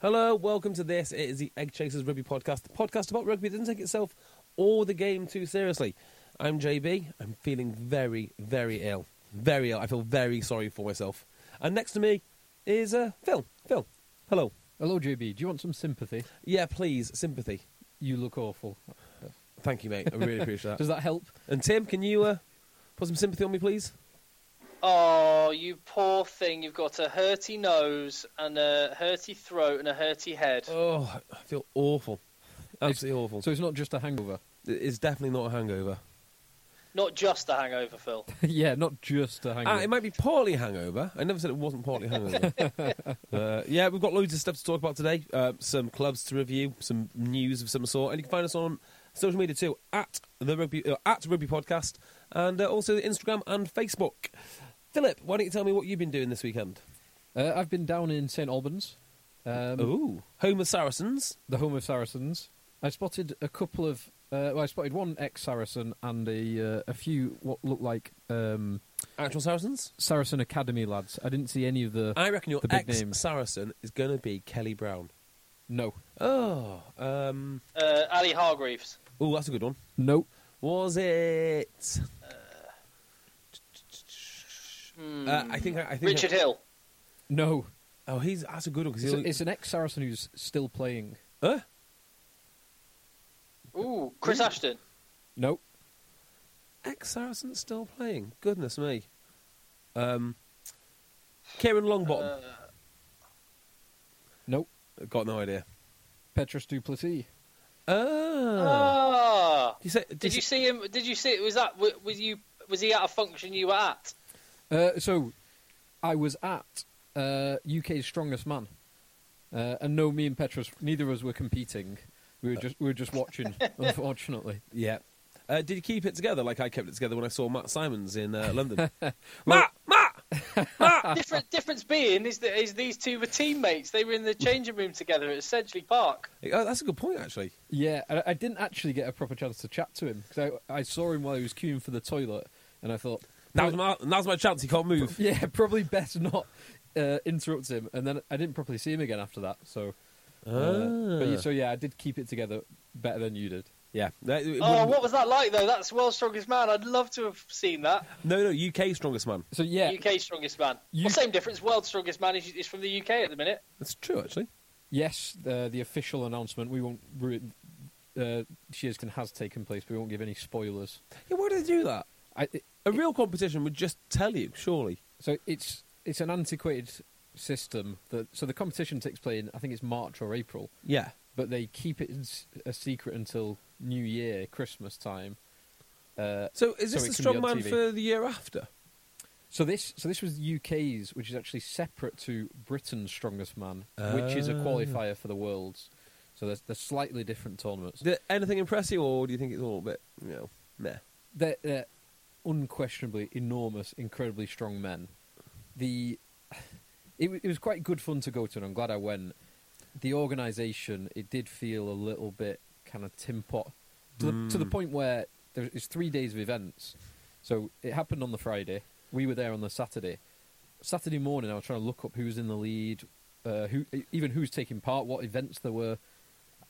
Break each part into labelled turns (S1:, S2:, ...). S1: Hello, welcome to this. It is the Egg Chasers Rugby Podcast, the podcast about rugby that doesn't take itself or the game too seriously. I'm JB. I'm feeling very, very ill. Very ill. I feel very sorry for myself. And next to me is uh, Phil. Phil, hello.
S2: Hello, JB. Do you want some sympathy?
S1: Yeah, please, sympathy.
S2: You look awful.
S1: Thank you, mate. I really appreciate
S2: Does
S1: that.
S2: that help?
S1: And Tim, can you uh, put some sympathy on me, please?
S3: Oh, you poor thing. You've got a hurty nose and a hurty throat and a hurty head.
S1: Oh, I feel awful. Absolutely awful.
S2: So it's not just a hangover.
S1: It's definitely not a hangover.
S3: Not just a hangover, Phil.
S2: yeah, not just a
S1: Ah,
S2: hangover.
S1: it might be partly hangover. I never said it wasn't partly hangover. uh, yeah, we've got loads of stuff to talk about today. Uh, some clubs to review, some news of some sort, and you can find us on social media too at the rugby uh, at rugby podcast, and uh, also Instagram and Facebook. Philip, why don't you tell me what you've been doing this weekend?
S2: uh, I've been down in St Albans, um,
S1: Ooh, home of Saracens.
S2: the home of Saracens. I spotted a couple of. Uh, well, I spotted one ex-Saracen and a uh, a few what looked like um,
S1: Actual Saracens.
S2: Saracen Academy lads. I didn't see any of the.
S1: I reckon your
S2: the big
S1: ex
S2: names.
S1: Saracen is going to be Kelly Brown.
S2: No,
S1: Oh, um,
S3: Uh, Ali Hargreaves.
S1: oh, that's a good one.
S2: no.
S1: Was it? Uh, I think I, I think
S3: Hmm. Richard Hill.
S2: No,
S1: Oh, he's that's a good one because
S2: it's,
S1: he's
S2: a- it's an ex-Saracen who's still playing.
S1: huh?
S3: Ooh, Chris Ashton.
S2: No,
S1: ex Saracens still playing. Goodness me. Um, Kieran Longbottom.
S2: no.
S3: Uh.
S1: Got no idea.
S2: Petrus Duplessis.
S1: Oh,
S3: Ah.
S1: you said,
S3: Did you see him? Did you see? Was that? wa- Was you? Was he at a function you were at?
S2: Uh, so, I was at uh, UK's Strongest Man, uh, and no, me and Petrus, neither of us were competing. We were just we were just watching. unfortunately,
S1: Yeah. Uh, did you keep it together like I kept it together when I saw Matt Simons in uh, London?
S2: Well-
S1: Matt, Matt. Ah.
S3: Different difference being is that is these two were teammates. They were in the changing room together at Century Park.
S1: Oh, that's a good point actually.
S2: yeah, I, I didn't actually get a proper chance to chat to him because I, I saw him while he was queuing for the toilet, and I thought,
S1: Now's my now's my chance. He can't move.
S2: yeah, probably best not uh, interrupt him. And then I didn't properly see him again after that. So, uh, but yeah, so yeah, I did keep it together better than you did.
S1: Yeah. That- it
S3: Oh,
S1: wouldn't-
S3: what was that like though? That's World's Strongest Man. I'd love to have seen that.
S1: No, no. UK strongest man.
S2: So yeah,
S3: UK Strongest Man.
S2: You-
S3: Well, same difference. World's Strongest Man is, is from the UK at the minute.
S1: That's true actually.
S2: Yes, the, the official announcement. We won't. ru- Uh, Shearskin has taken place, but we won't give any spoilers.
S1: Yeah. Why do they do that?
S2: I, it,
S1: A real competition would just tell you, surely.
S2: so it's it's an antiquated system that so the competition takes place in I think it's March or April,
S1: Yeah.
S2: but they keep it s- a secret until New Year, Christmas time. Uh,
S1: So is
S2: So
S1: this
S2: it
S1: the
S2: can be on
S1: strongman
S2: TV.
S1: for the year after?
S2: so this so this was UK's, which is actually separate to Britain's Strongest Man, which is a qualifier for the Worlds. So there's there's slightly different tournaments.
S1: Did anything impress you, or do you think it's all a bit, you know, meh?
S2: they're, they're unquestionably enormous, incredibly strong men. The it, wa- it was quite good fun to go to, and I'm glad I went. The organisation it did feel a little bit kind of tin pot to, the, to the point where there is three days of events. So it happened on the Friday. We were there on the Saturday. Saturday morning, I was trying to look up who's in the lead, uh, who even who's taking part, what events there were.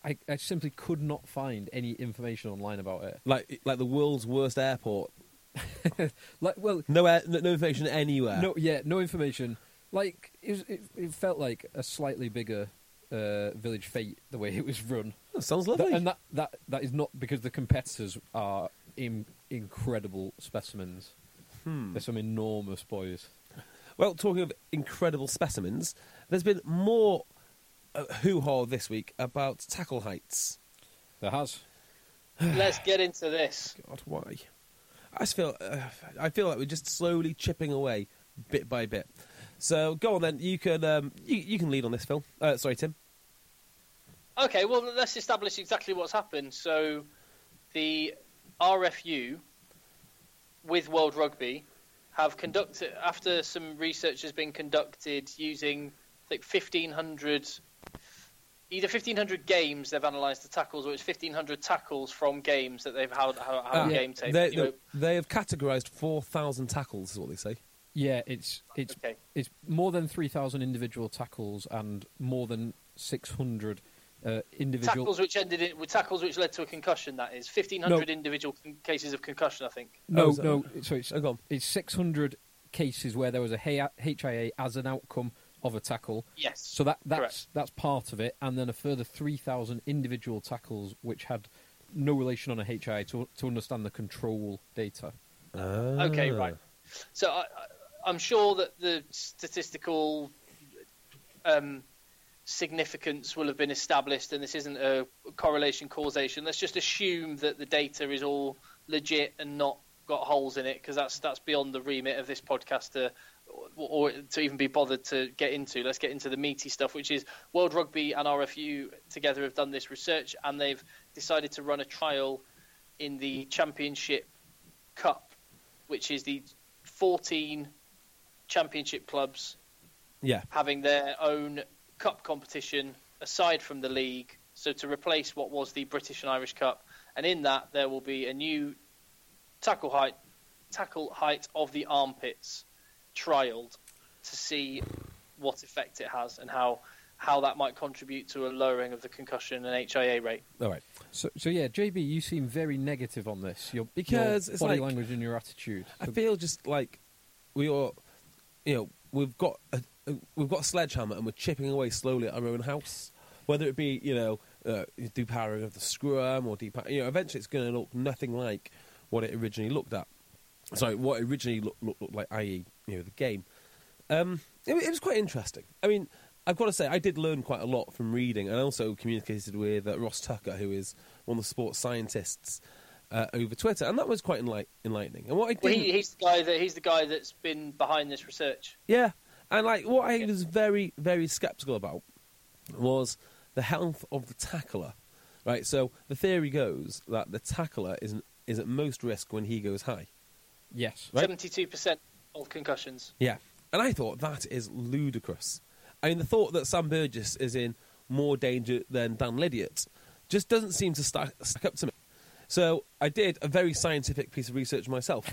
S2: I, I simply could not find any information online about it.
S1: Like, like the world's worst airport
S2: like, well,
S1: No, air, no, no information anywhere.
S2: no, yeah, no information. Like it, was, it, it felt like a slightly bigger uh, village fate the way it was run,
S1: That sounds
S2: Th-
S1: lovely.
S2: and that, that that is not because the competitors are Im- incredible specimens. They're some enormous boys.
S1: Well, talking of incredible specimens, there's been more uh, hoo-ha this week about tackle heights.
S2: There has.
S3: Let's get into this.
S1: God, why? I just feel uh, I feel like we're just slowly chipping away, bit by bit. So go on then. You can um, you, you can lead on this, Phil. Uh, sorry, Tim.
S3: Okay, well, let's establish exactly what's happened. So, the RFU with World Rugby have conducted, after some research has been conducted using, I think, 1,500, either 1,500 games they've analysed the tackles, or it's 1,500 tackles from games that they've had, had, had
S1: Ah,
S3: on game tape.
S1: They,
S3: Anyway,
S1: they have categorised four thousand tackles, is what they say.
S2: Yeah, it's it's
S3: Okay.
S2: it's more than three thousand individual tackles and more than six hundred uh, individual.
S3: Tackles which ended in, with tackles which led to a concussion. That is 1,500
S2: No.
S3: individual con- cases of concussion. I think.
S1: Oh,
S2: No,
S1: is that-
S2: no. So it's
S1: Oh, go on.
S2: it's six hundred cases where there was a HIA HIA as an outcome of a tackle.
S3: Yes.
S2: So that that's
S3: Correct.
S2: that's part of it, and then a further three thousand individual tackles which had no relation on a HIA to to understand the control data.
S3: Okay, right. So I, I- I'm sure that the statistical um, significance will have been established, and this isn't a correlation causation. Let's just assume that the data is all legit and not got holes in it, because that's that's beyond the remit of this podcast to, or, or to even be bothered to get into. Let's get into the meaty stuff, which is World Rugby and RFU together have done this research, and they've decided to run a trial in the Championship Cup, which is the 14 championship clubs
S1: Yeah.
S3: having their own cup competition aside from the league. So to replace what was the British and Irish Cup, and in that there will be a new tackle height, tackle height of the armpits trialed to see what effect it has and how how that might contribute to a lowering of the concussion and HIA rate.
S1: All right.
S2: So, so yeah, JB, you seem very negative on this. Your,
S1: Because
S2: your
S1: it's
S2: body
S1: like-
S2: language and your attitude.
S1: I feel just like we are, you know, we've got a, a- we've got a sledgehammer and we're chipping away slowly at our own house. Whether it be you know uh, depowering of the scrum or depower, you know, eventually it's going to look nothing like what it originally looked at. Sorry, what it originally looked, looked, looked like, i.e., you know, the game. Um, it, wa- it was quite interesting. I mean, I've got to say, I did learn quite a lot from reading, and I also communicated with uh, Ross Tucker, who is one of the sports scientists. Uh, over Twitter, and that was quite enlight- enlightening. And what I did
S3: Well, he, he's the guy that he's the guy that's been behind this research.
S1: yeah, and like what I was very, very skeptical about was the health of the tackler. Right, so the theory goes that the tackler is is at most risk when he goes high.
S2: yes.
S1: Right.
S3: Seventy-two percent of concussions.
S1: Yeah, and I thought that is ludicrous. I mean, the thought that Sam Burgess is in more danger than Dan Lydiard just doesn't seem to stack, stack up to me. So I did a very scientific piece of research myself.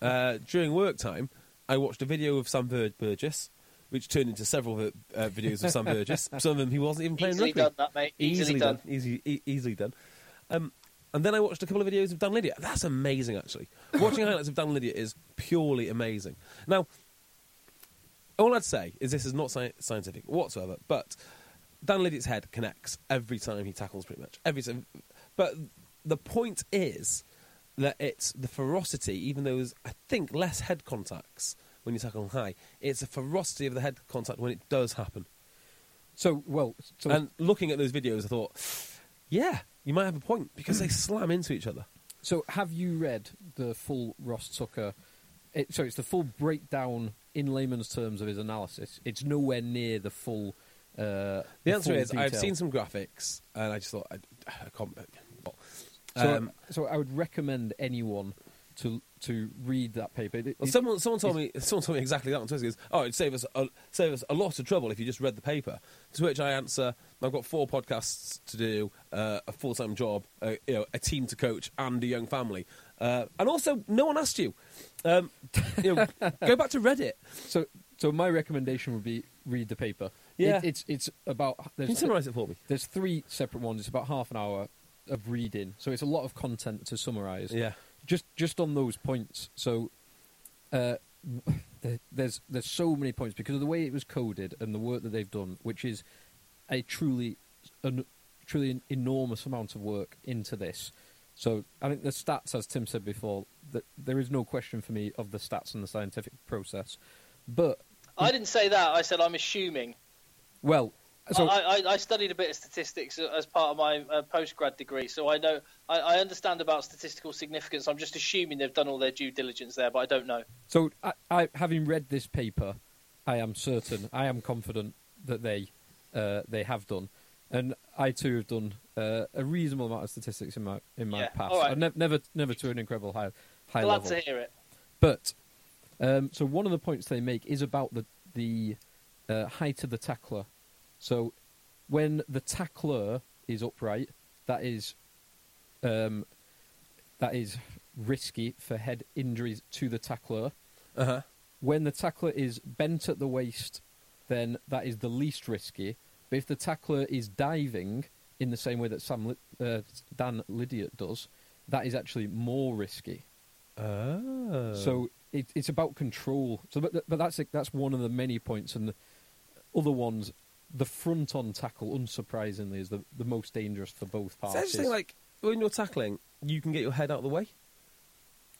S1: uh, during work time, I watched a video of Sam Bur- Burgess, which turned into several vi- uh, videos of Sam Burgess. Some of them he wasn't even playing
S3: Easily
S1: rugby.
S3: done, that mate. Easily, done.
S1: Easy, e- easily done. Um, and then I watched a couple of videos of Dan Lydia. That's amazing, actually. Watching highlights of Dan Lydia is purely amazing. Now, all I'd say is this is not sci- scientific whatsoever, but Dan Lydiard's head connects every time he tackles, pretty much every time. But the point is that it's the ferocity, even though there's I think less head contacts when you tackle high. It's the ferocity of the head contact when it does happen.
S2: So, well, so
S1: And looking at those videos, I thought, yeah, you might have a point because they slam into each other.
S2: So, have you read the full Ross Tucker? It, so, it's the full breakdown in layman's terms of his analysis. It's nowhere near the full. Uh, the,
S1: The answer
S2: full
S1: is I've
S2: detail.
S1: seen some graphics, and I just thought I, I can't.
S2: So,
S1: um,
S2: so I would recommend anyone to to read that paper. It-
S1: Well,
S2: it-
S1: someone, someone told me, someone told me exactly that on Twitter. Goes, oh, it'd save us, a, save us a lot of trouble if you just read the paper. To which I answer, I've got four podcasts to do, uh, a full-time job, uh, you know, a team to coach, and a young family. Uh, and also, no one asked you. Um, you know, go back to Reddit.
S2: so, so my recommendation would be read the paper.
S1: Yeah.
S2: It, it's it's about.
S1: Can you summarise it for me?
S2: There's three separate ones. It's about half an hour of reading, so it's a lot of content to summarise.
S1: Yeah.
S2: just just on those points. So uh, there- there's there's so many points because of the way it was coded and the work that they've done, which is a truly an truly an enormous amount of work into this. So I think the stats, as Tim said before, that there is no question for me of the stats and the scientific process. But
S3: I didn't say that. I said I'm assuming.
S2: well, so
S3: I, I, I studied a bit of statistics as part of my uh, postgrad degree, so I know I, I understand about statistical significance. I'm just assuming they've done all their due diligence there, but I don't know.
S2: So, I, I, having read this paper, I am certain, I am confident that they uh, they have done, and I too have done uh, a reasonable amount of statistics in my in my
S3: Yeah,
S2: past.
S3: all right.
S2: I've nev- never never to an incredible high high
S3: Glad
S2: level.
S3: to hear it.
S2: But um, so one of the points they make is about the the uh, height of the tackler. So when the tackler is upright, that is um, that is risky for head injuries to the tackler.
S1: Uh huh.
S2: When the tackler is bent at the waist, then that is the least risky. But if the tackler is diving in the same way that Sam Li- uh, Dan Lydiate does, that is actually more risky.
S1: Oh.
S2: So it, it's about control. So, but, but that's it- that's one of the many points, and the other ones, the front on tackle, unsurprisingly, is the, the most dangerous for both
S1: it's
S2: parties.
S1: actually like when you're tackling, you can get your head out of the way.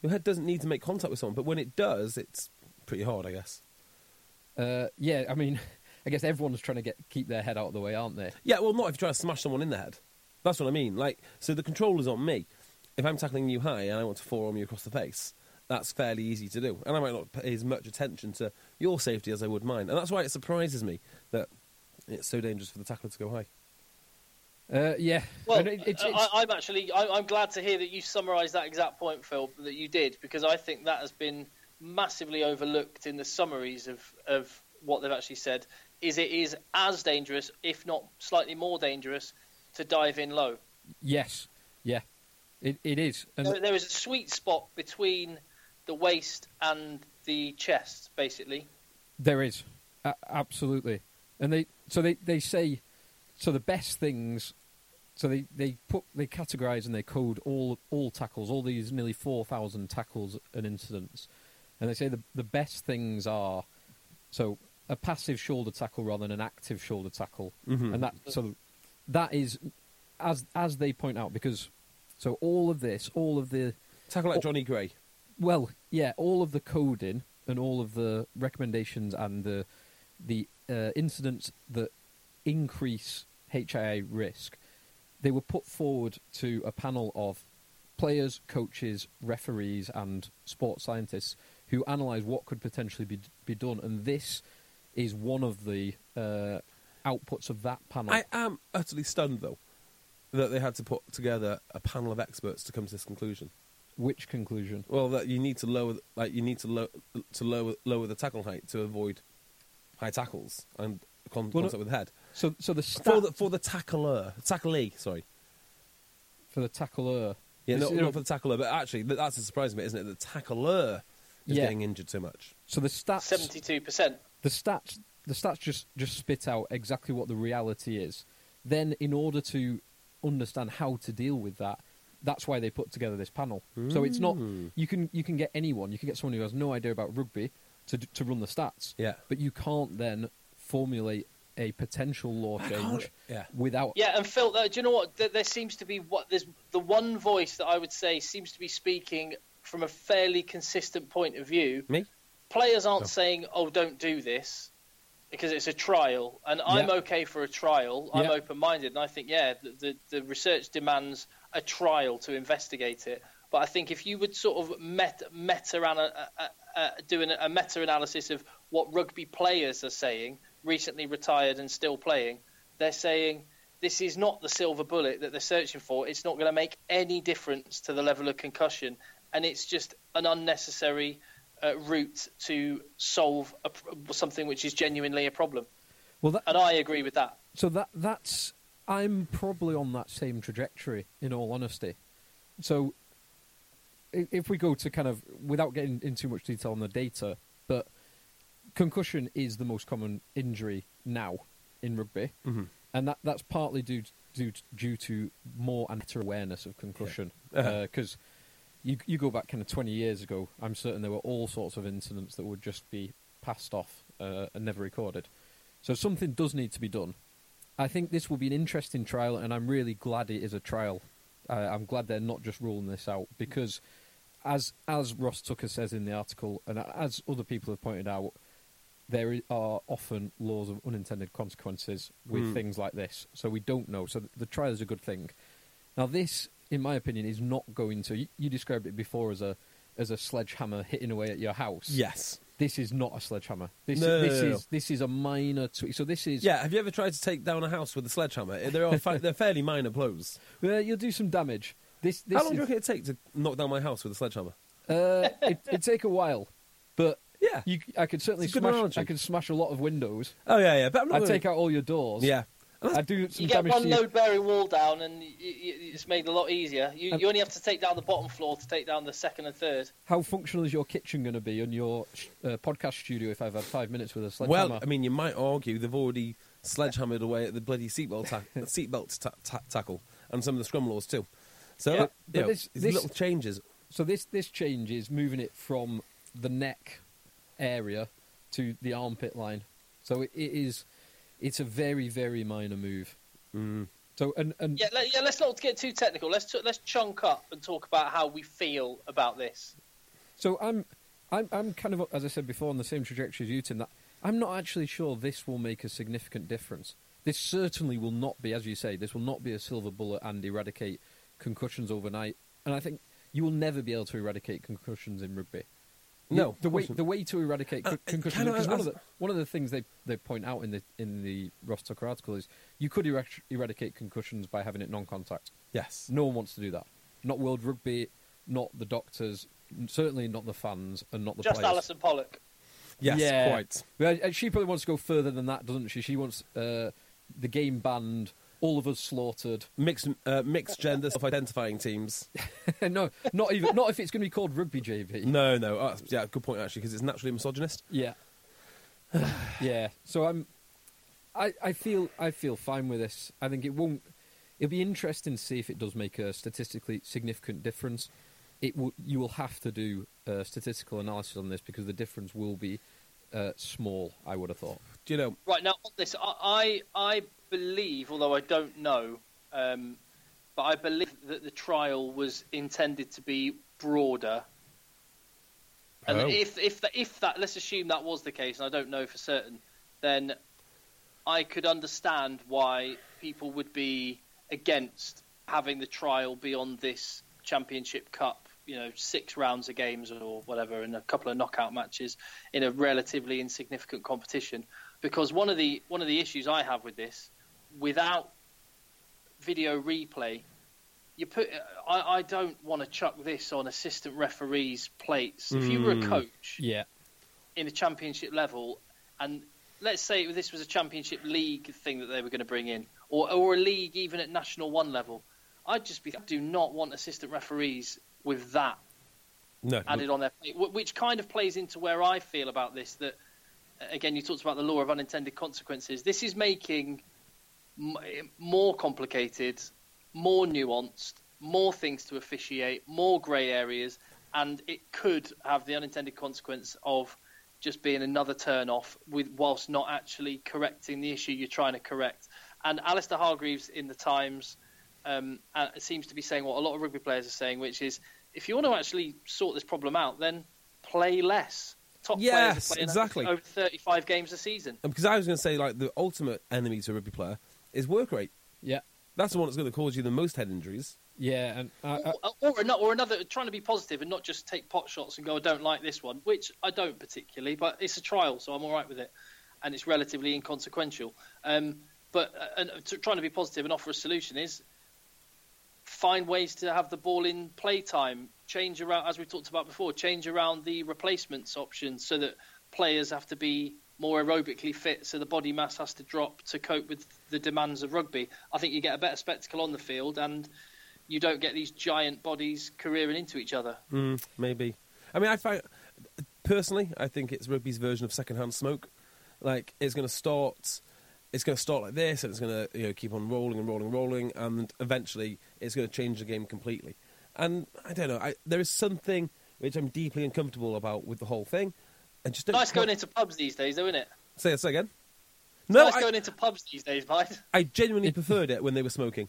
S1: Your head doesn't need to make contact with someone, but when it does, it's pretty hard, I guess.
S2: uh, yeah, I mean, I guess everyone's trying to get keep their head out of the way, aren't they?
S1: Yeah, well, not if you try to smash someone in the head. That's what I mean. Like, so the control is on me. If I'm tackling you high and I want to forearm you across the face, that's fairly easy to do, and I might not pay as much attention to your safety as I would mine, and that's why it surprises me that it's so dangerous for the tackler to go high.
S2: Uh, yeah.
S3: Well, uh,
S2: And it- it's- it's-
S3: I, I'm actually I, I'm glad to hear that you summarised that exact point, Phil, that you did, because I think that has been massively overlooked in the summaries of of what they've actually said. Is it is as dangerous, if not slightly more dangerous, to dive in low.
S2: yes, yeah, it it is. And
S3: There- there is a sweet spot between the waist and the chest, basically.
S2: There is, a- absolutely, and they so they they say so the best things. So they, they put they categorize and they code all all tackles, all these nearly four thousand tackles and incidents, and they say the the best things are so a passive shoulder tackle rather than an active shoulder tackle, and that so that is as as they point out because so all of this, all of the
S1: Tackle like
S2: Oh.
S1: Johnny Gray.
S2: well, yeah, all of the coding and all of the recommendations and the the uh, incidents that increase HIA risk, they were put forward to a panel of players, coaches, referees, and sports scientists who analyse what could potentially be be done. And this is one of the uh, outputs of that panel.
S1: I am utterly stunned though that they had to put together a panel of experts to come to this conclusion.
S2: Which conclusion?
S1: Well, that you need to lower, like you need to low, to lower lower the tackle height to avoid high tackles and con-
S2: Well, no-
S1: contact with the head
S2: So, so the
S1: for
S2: stat
S1: the for the tackler, tacklee. Sorry,
S2: for the tackler.
S1: yeah,
S2: This-
S1: not, not for the tackler, but actually th- that's a surprise to me, isn't it? The tackler is
S2: Yeah.
S1: getting injured so much.
S2: so the stats.
S3: Seventy-two percent.
S2: the stats the stats just just spit out exactly what the reality is then in order to understand how to deal with that that's why they put together this panel so it's not
S1: Hmm.
S2: you can you can get anyone you can get someone who has no idea about rugby to d- to run the stats
S1: Yeah.
S2: but you can't then formulate a potential law change
S1: yeah.
S2: without
S3: Yeah, and Phil, uh, do you know what? There, there seems to be what there's the one voice that I would say seems to be speaking from a fairly consistent point of view.
S1: Me?
S3: Players aren't saying, "Oh, don't do this," because it's a trial, and I'm
S2: Yeah.
S3: okay for a trial. I'm
S2: Yeah.
S3: open-minded, and I think, yeah, the, the the research demands a trial to investigate it. But I think if you would sort of meta, meta ana- uh, uh, uh, do an, a meta-analysis of what rugby players are saying, recently retired and still playing, they're saying this is not the silver bullet that they're searching for. It's not going to make any difference to the level of concussion, and it's just an unnecessary uh, route to solve a, pr- something which is genuinely a problem.
S2: well that
S3: And I agree with that.
S2: So that that's I'm probably on that same trajectory in all honesty. So i- if we go to kind of without getting into too much detail on the data, but concussion is the most common injury now in rugby, and that that's partly due due due to more and better awareness of concussion because Uh, you you go back kind of 20 years ago, I'm certain there were all sorts of incidents that would just be passed off uh, and never recorded. So something does need to be done. I think this will be an interesting trial, and I'm really glad it is a trial. Uh, I'm glad they're not just ruling this out because, as as Ross Tucker says in the article, and as other people have pointed out, there i- are often laws of unintended consequences with
S1: Hmm.
S2: things like this. So we don't know. So th- the trial is a good thing. Now, this, in my opinion, is not going to. You, you described it before as a as a sledgehammer hitting away at your house.
S1: Yes.
S2: This is not a sledgehammer. This
S1: No,
S2: is,
S1: no,
S2: this
S1: no, no.
S2: is this is a minor tweak. So this is
S1: Yeah, have you ever tried to take down a house with a sledgehammer? They're, all fa- they're fairly minor blows.
S2: Uh, you'll do some damage. This, this
S1: How long do
S2: is,
S1: you reckon it take to knock down my house with a sledgehammer?
S2: Uh, it, it'd take a while, but
S1: Yeah.
S2: you, I could certainly
S1: It's a good
S2: smash.
S1: analogy.
S2: I could smash a lot of windows.
S1: Oh, yeah, yeah. But I'm not
S2: I'd
S1: gonna-
S2: take out all your doors.
S1: Yeah.
S2: I'd do some
S3: You get
S2: damage
S3: one
S2: to your
S3: load bearing wall down, and y- y- it's made a lot easier. You, you only have to take down the bottom floor to take down the second and third.
S2: How functional is your kitchen going to be in your sh- uh, podcast studio if I've had five minutes with a sledgehammer?
S1: Well, I mean, you might argue they've already sledgehammered away at the bloody seatbelt ta- seatbelt ta- ta- tackle and some of the scrum laws too. So,
S2: Yeah.
S1: that-
S2: But
S1: you know,
S2: this-
S1: these
S2: this-
S1: little changes.
S2: so this this change is moving it from the neck area to the armpit line. So it, it is, it's a very very minor move.
S1: Mm.
S2: So and and
S3: Yeah, let, yeah. Let's not get too technical. Let's t- let's chunk up and talk about how we feel about this.
S2: So I'm, I'm, I'm kind of, as I said before, on the same trajectory as you, Tim. That I'm not actually sure this will make a significant difference. This certainly will not be, as you say, this will not be a silver bullet and eradicate concussions overnight. And I think you will never be able to eradicate concussions in rugby. You-
S1: No,
S2: the
S1: of
S2: way
S1: course not.
S2: the way to eradicate
S1: Uh,
S2: co-
S1: uh,
S2: concussions
S1: can I
S2: because one, of
S1: ask-
S2: the, one of the things they, they point out in the in the Ross Tucker article is you could erad- eradicate concussions by having it non-contact.
S1: Yes.
S2: No one wants to do that. Not World Rugby, not the doctors, n- certainly not the fans, and not the
S3: Just
S2: players.
S3: Alison Pollock.
S1: Yes,
S2: yeah.
S1: quite.
S2: Well, and she probably wants to go further than that, doesn't she? She wants uh, the game banned, all of us slaughtered.
S1: Mixed, uh, mixed gender self identifying teams.
S2: no, not even not if it's going to be called rugby JV.
S1: No, no. Uh, yeah, good point, actually, because it's naturally misogynist.
S2: Yeah. yeah. So I'm I I feel I feel fine with this. I think it won't it'll be interesting to see if it does make a statistically significant difference. It will you will have to do uh, statistical analysis on this because the difference will be uh, small, I would have thought.
S1: Do you know?
S3: Right now, on this, I I, I believe, although I don't know, um, but I believe that the trial was intended to be broader. And
S1: Oh.
S3: if if that, if that let's assume that was the case, and I don't know for certain, then I could understand why people would be against having the trial be on this Championship Cup, you know, six rounds of games or whatever, and a couple of knockout matches in a relatively insignificant competition. Because one of the one of the issues I have with this, without video replay, you put. I, I don't want to chuck this on assistant referees' plates. If you were a coach,
S2: Yeah.
S3: in a championship level, and let's say this was a championship league thing that they were going to bring in, or or a league even at national one level, I'd just be I do not want assistant referees with that
S1: No.
S3: added on their plate, wh- which kind of plays into where I feel about this. That again, you talked about the law of unintended consequences. This is making m- eh, more complicated, more nuanced, more things to officiate, more grey areas, and it could have the unintended consequence of just being another turn off with whilst not actually correcting the issue you're trying to correct. And Alistair Hargreaves in the Times um, uh, seems to be saying what a lot of rugby players are saying, which is if you want to actually sort this problem out, then play less. Top
S1: Yes,
S3: players are playing
S1: exactly.
S3: over 35 games a season.
S1: And Because Um, I was going to say, like, the ultimate enemy to a rugby player is work rate.
S2: Yeah.
S1: That's the one that's going to cause you the most head injuries.
S2: Yeah, and uh, I, I,
S3: Or, or, ano- or another, trying to be positive and not just take pot shots and go, I don't like this one, which I don't particularly, but it's a trial, so I'm all right with it. And it's relatively inconsequential. Um, but uh, and to, trying to be positive and offer a solution is find ways to have the ball in play time, change around, as we talked about before, change around the replacements option so that players have to be more aerobically fit, so the body mass has to drop to cope with the demands of rugby. I think you get a better spectacle on the field and you don't get these giant bodies careering into each other.
S1: Mm, maybe. I mean, I find personally, I think it's rugby's version of secondhand smoke. Like it's going to start, it's going to start like this, and it's going to you know keep on rolling and rolling and rolling, and eventually it's going to change the game completely. And I don't know. I, there is something which I'm deeply uncomfortable about with the whole thing. And just don't
S3: Nice going
S1: can't-
S3: into pubs these days, though, isn't it?
S1: Say, say again. No,
S3: nice
S1: I,
S3: going into pubs these days, mate.
S1: I genuinely preferred it when they were smoking.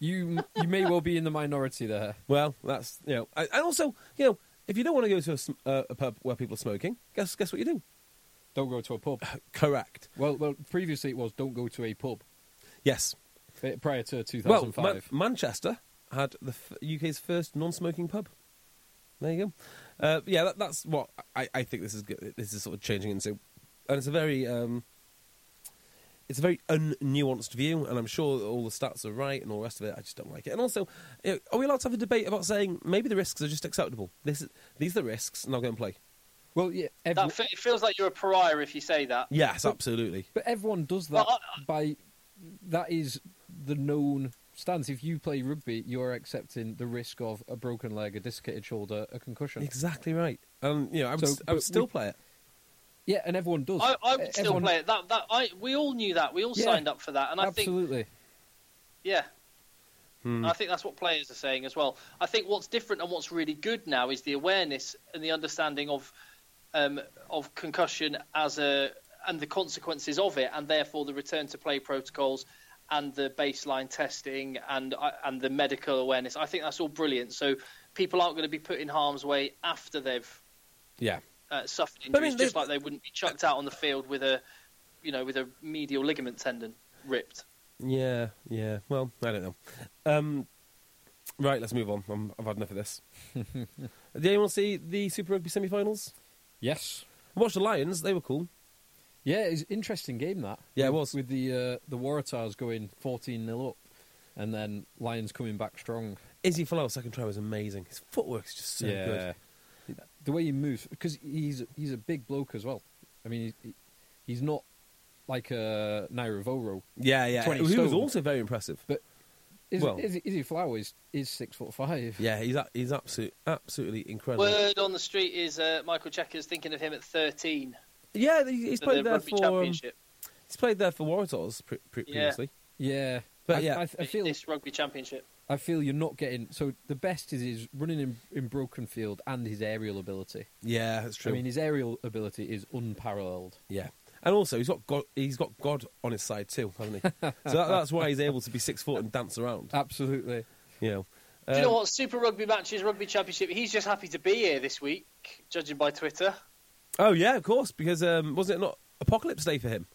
S2: You you may well be in the minority there.
S1: Well, that's you know, I, and also you know, if you don't want to go to a, sm- uh, a pub where people are smoking, guess guess what you do?
S2: Don't go to a pub.
S1: Correct.
S2: Well, well, previously it was don't go to a pub
S1: Yes.
S2: eh, prior to
S1: Well,
S2: 2005.
S1: Man- Manchester had the f- UK's first non-smoking pub. There you go. Uh, yeah, that, that's what I, I think this is. go- This is sort of changing into, and it's a very, um, it's a very unnuanced view, and I'm sure that all the stats are right and all the rest of it. I just don't like it. And also, you know, are we allowed to have a debate about saying maybe the risks are just acceptable? This is, these are the risks, and I'll go and play.
S2: Well, yeah, every-
S3: That fe- it feels like you're a pariah if you say that.
S1: Yes, absolutely.
S2: but everyone does that
S3: Well,
S2: by that is the known stance. If you play rugby, you're accepting the risk of a broken leg, a dislocated shoulder, a concussion.
S1: Exactly right. Um, you know, I would,
S2: So,
S1: st- I would
S2: but
S1: still
S2: we-
S1: play it.
S2: Yeah, and everyone does.
S3: I, I
S2: Eh,
S3: would still
S2: everyone-
S3: play it. That that I we all knew that. We all
S2: Yeah.
S3: signed up for that, and I think
S2: Absolutely.
S3: yeah.
S1: Hmm.
S3: And I think that's what players are saying as well. I think what's different and what's really good now is the awareness and the understanding of um, of concussion as a and the consequences of it, and therefore the return to play protocols and the baseline testing and uh, and the medical awareness. I think that's all brilliant. So people aren't going to be put in harm's way after they've
S1: Yeah.
S3: uh, suffered
S1: But I mean,
S3: injuries, just
S1: there's-
S3: like they wouldn't be chucked out on the field with a, you know, with a medial ligament tendon ripped.
S1: Yeah, yeah. Well, I don't know. Um, right, let's move on. I'm, I've had enough of this. Did anyone see the Super Rugby semi-finals?
S2: Yes.
S1: I watched the Lions. They were cool.
S2: Yeah, it's an interesting game that.
S1: Yeah, it
S2: With-
S1: was.
S2: with the uh, the Waratahs going 14 0 up, and then Lions coming back strong.
S1: Izzy Folau's second try was amazing. His footwork is just so good.
S2: the way he moves because he's he's a big bloke as well. I mean, he, he's not like a Nairo Voro,
S1: Yeah, yeah.
S2: 20
S1: He was
S2: stone.
S1: also very impressive.
S2: but is,
S1: Well-
S2: is, is he Flowers is six foot five.
S1: Yeah, he's a- he's absolutely absolutely incredible.
S3: Word on the street is uh, Michael Checker's thinking of him at 13
S1: yeah, he- he's
S3: for the
S1: played there
S3: Rugby
S1: for um,
S3: Championship.
S1: he's played there for Waratahs pre- pre-
S3: Yeah.
S1: previously.
S2: yeah.
S1: But
S2: I,
S1: yeah.
S2: I, I feel
S3: This Rugby Championship.
S2: I feel you're not getting. So the best is his running in, in broken field and his aerial ability.
S1: Yeah, that's true.
S2: I mean, his aerial ability is unparalleled.
S1: Yeah, and also he's got God, he's got God on his side too, hasn't he? so that, that's why he's able to be six foot and dance around.
S2: Absolutely.
S1: You know,
S3: Do you know
S1: Um,
S3: what? Super Rugby matches, Rugby Championship. He's just happy to be here this week, judging by Twitter.
S1: Oh yeah, of course, because um, wasn't it not Apocalypse Day for him?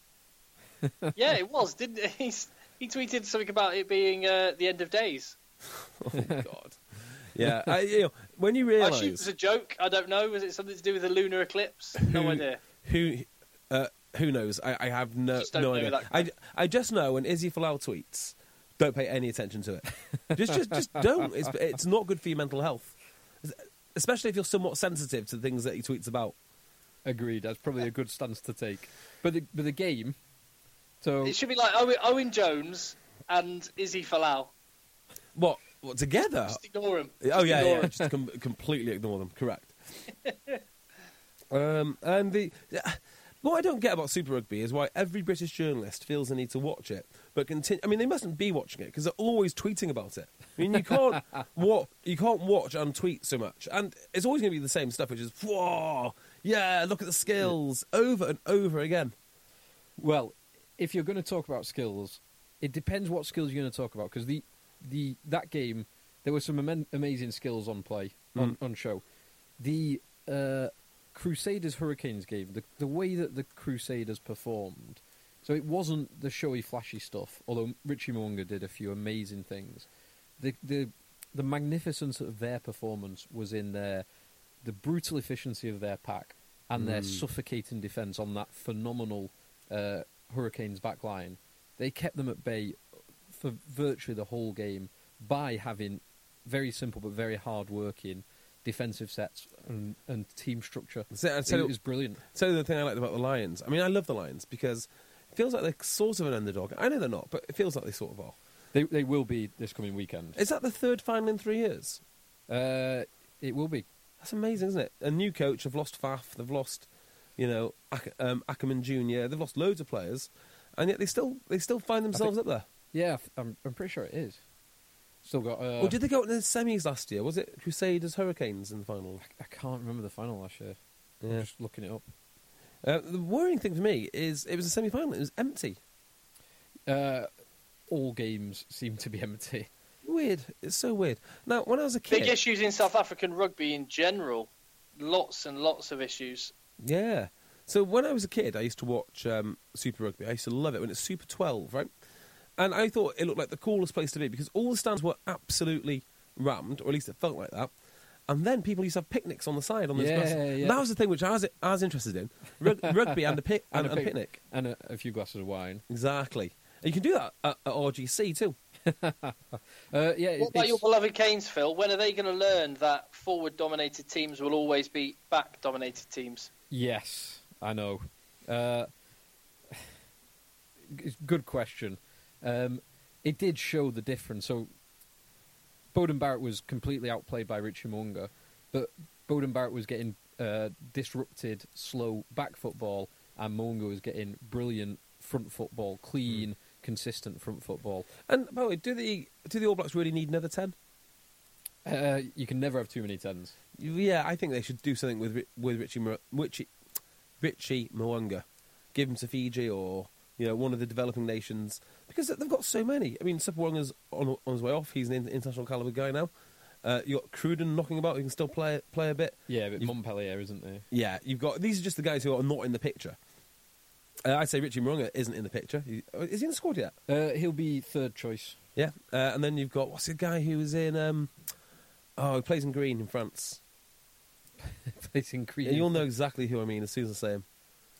S3: yeah, it was, didn't it? He's, he tweeted something about it being uh, the end of days.
S1: Oh God. yeah, I, you know, when you
S3: I assume it was
S1: realise
S3: a joke. I don't know. Was it something to do with the lunar eclipse? No idea.
S1: who. Uh, who knows? I, I have no
S3: Just don't
S1: no
S3: know
S1: idea.
S3: that
S1: I, I just know when Izzy Falau tweets, don't pay any attention to it. just just just don't. It's it's not good for your mental health, especially if you're somewhat sensitive to the things that he tweets about.
S2: Agreed. That's probably a good stance to take. But the, but the game. So
S3: It should be like Owen, Owen Jones and Izzy Falau.
S1: What what together?
S3: Just ignore him.
S1: oh
S3: Just
S1: yeah,
S3: ignore
S1: yeah.
S3: him.
S1: Just com- completely ignore them. Correct. um, and the what I don't get about Super Rugby is why every British journalist feels the need to watch it, but continue. I mean, they mustn't be watching it because they're always tweeting about it. I mean, you can't what you can't watch and tweet so much, and it's always going to be the same stuff, which is whoa, yeah, look at the skills over and over again.
S2: Well, if you're going to talk about skills, it depends what skills you're going to talk about because the the that game there were some amen- amazing skills on play on, on show. The uh, Crusaders Hurricanes game, the the way that the Crusaders performed, so it wasn't the showy flashy stuff. Although Richie Mwonga did a few amazing things, the the the magnificence of their performance was in their the brutal efficiency of their pack and
S1: Hmm.
S2: their suffocating defence on that phenomenal uh, Hurricanes back line. They kept them at bay for virtually the whole game by having very simple but very hard working defensive sets and, and team structure.
S1: So-
S2: it,
S1: so-
S2: was brilliant.
S1: So the thing I liked about the Lions, I mean, I love the Lions because it feels like they're sort of an underdog. I know they're not, but it feels like they sort of are.
S2: They, they will be this coming weekend.
S1: Is that the third final in three years?
S2: Uh, it will be.
S1: That's amazing, isn't it? A new coach, have lost Faf, they've lost, you know, Ac- um, Ackerman Junior. They've lost loads of players, and yet they still they still find themselves up there.
S2: Yeah, I th- I'm, I'm pretty sure it is. Still got. Uh,
S1: Or did they go in the semis last year? Was it Crusaders Hurricanes in the final?
S2: I can't remember the final last year.
S1: Yeah.
S2: I'm just looking it up.
S1: Uh, the worrying thing for me is it was a semi final. It was empty.
S2: Uh, all games seem to be empty.
S1: Weird. It's so weird. Now, when I was a kid,
S3: Big issues in South African rugby in general. Lots and lots of issues.
S1: Yeah. So when I was a kid, I used to watch um, Super Rugby. I used to love it when it's Super 12, right? And I thought it looked like the coolest place to be because all the stands were absolutely rammed, or at least it felt like that. And then people used to have picnics on the side on those
S2: Yeah,
S1: glasses.
S2: yeah.
S1: That was the thing which I was, I was interested in Rug- rugby and a, pi- and, and
S2: pic-
S1: picnic.
S2: and a, a few glasses of wine.
S1: Exactly. And you can do that at, at RGC too.
S2: Uh, yeah, it-
S3: What about
S2: it's-
S3: your beloved Canes, Phil? When are they going to learn that forward-dominated teams will always beat back-dominated teams?
S2: Yes, I know. Uh, it's a good question. Um, it did show the difference. So, Bowden Barrett was completely outplayed by Richie Munga, but Bowden Barrett was getting uh, disrupted, slow back football, and Munga was getting brilliant front football, clean, consistent front football.
S1: And by the way, do the do the All Blacks really need another ten?
S2: Uh, you can never have too many tens.
S1: Yeah, I think they should do something with Ri- with Richie Mwa- Richie Richie Mwanga. Give him to Fiji or you know one of the developing nations because they've got so many. I mean, Sepawanga's on on his way off. He's an in- international caliber guy now. Uh, you got Cruden knocking about. He can still play play a bit.
S2: Yeah, but
S1: You've-
S2: Montpellier isn't there.
S1: Yeah, you've got these are just the guys who are not in the picture. Uh, I'd say Richie Mwanga isn't in the picture. He, oh, is he in the squad yet?
S2: Uh, he'll be third choice.
S1: Yeah, uh, and then you've got what's the guy who was in? Um, oh, he plays in Green in France.
S2: Facing Creed.
S1: Yeah, you'll know exactly who I mean as soon as I say him.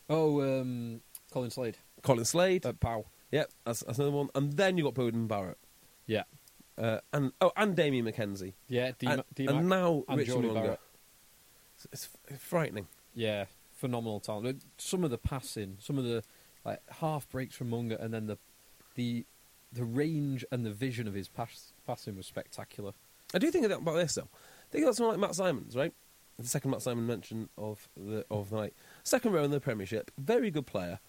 S2: Oh, um, Colin Slade.
S1: Colin Slade.
S2: Uh, Pow.
S1: Yep, that's, that's another one. And then you got Bowden Barrett.
S2: Yeah.
S1: Uh, and oh, and Damien McKenzie.
S2: Yeah, D-
S1: and,
S2: D-
S1: and now
S2: and
S1: Richie
S2: Jordy
S1: Munga.
S2: Barrett.
S1: It's- It's, f- frightening.
S2: Yeah, phenomenal talent. Some of the passing, some of the like half breaks from Munga, and then the the the range and the vision of his pass, passing was spectacular.
S1: I do think about this though. Think about someone like Matt Simons, right? The second Matt Simon mention of the of the night. Second row in the Premiership. Very good player.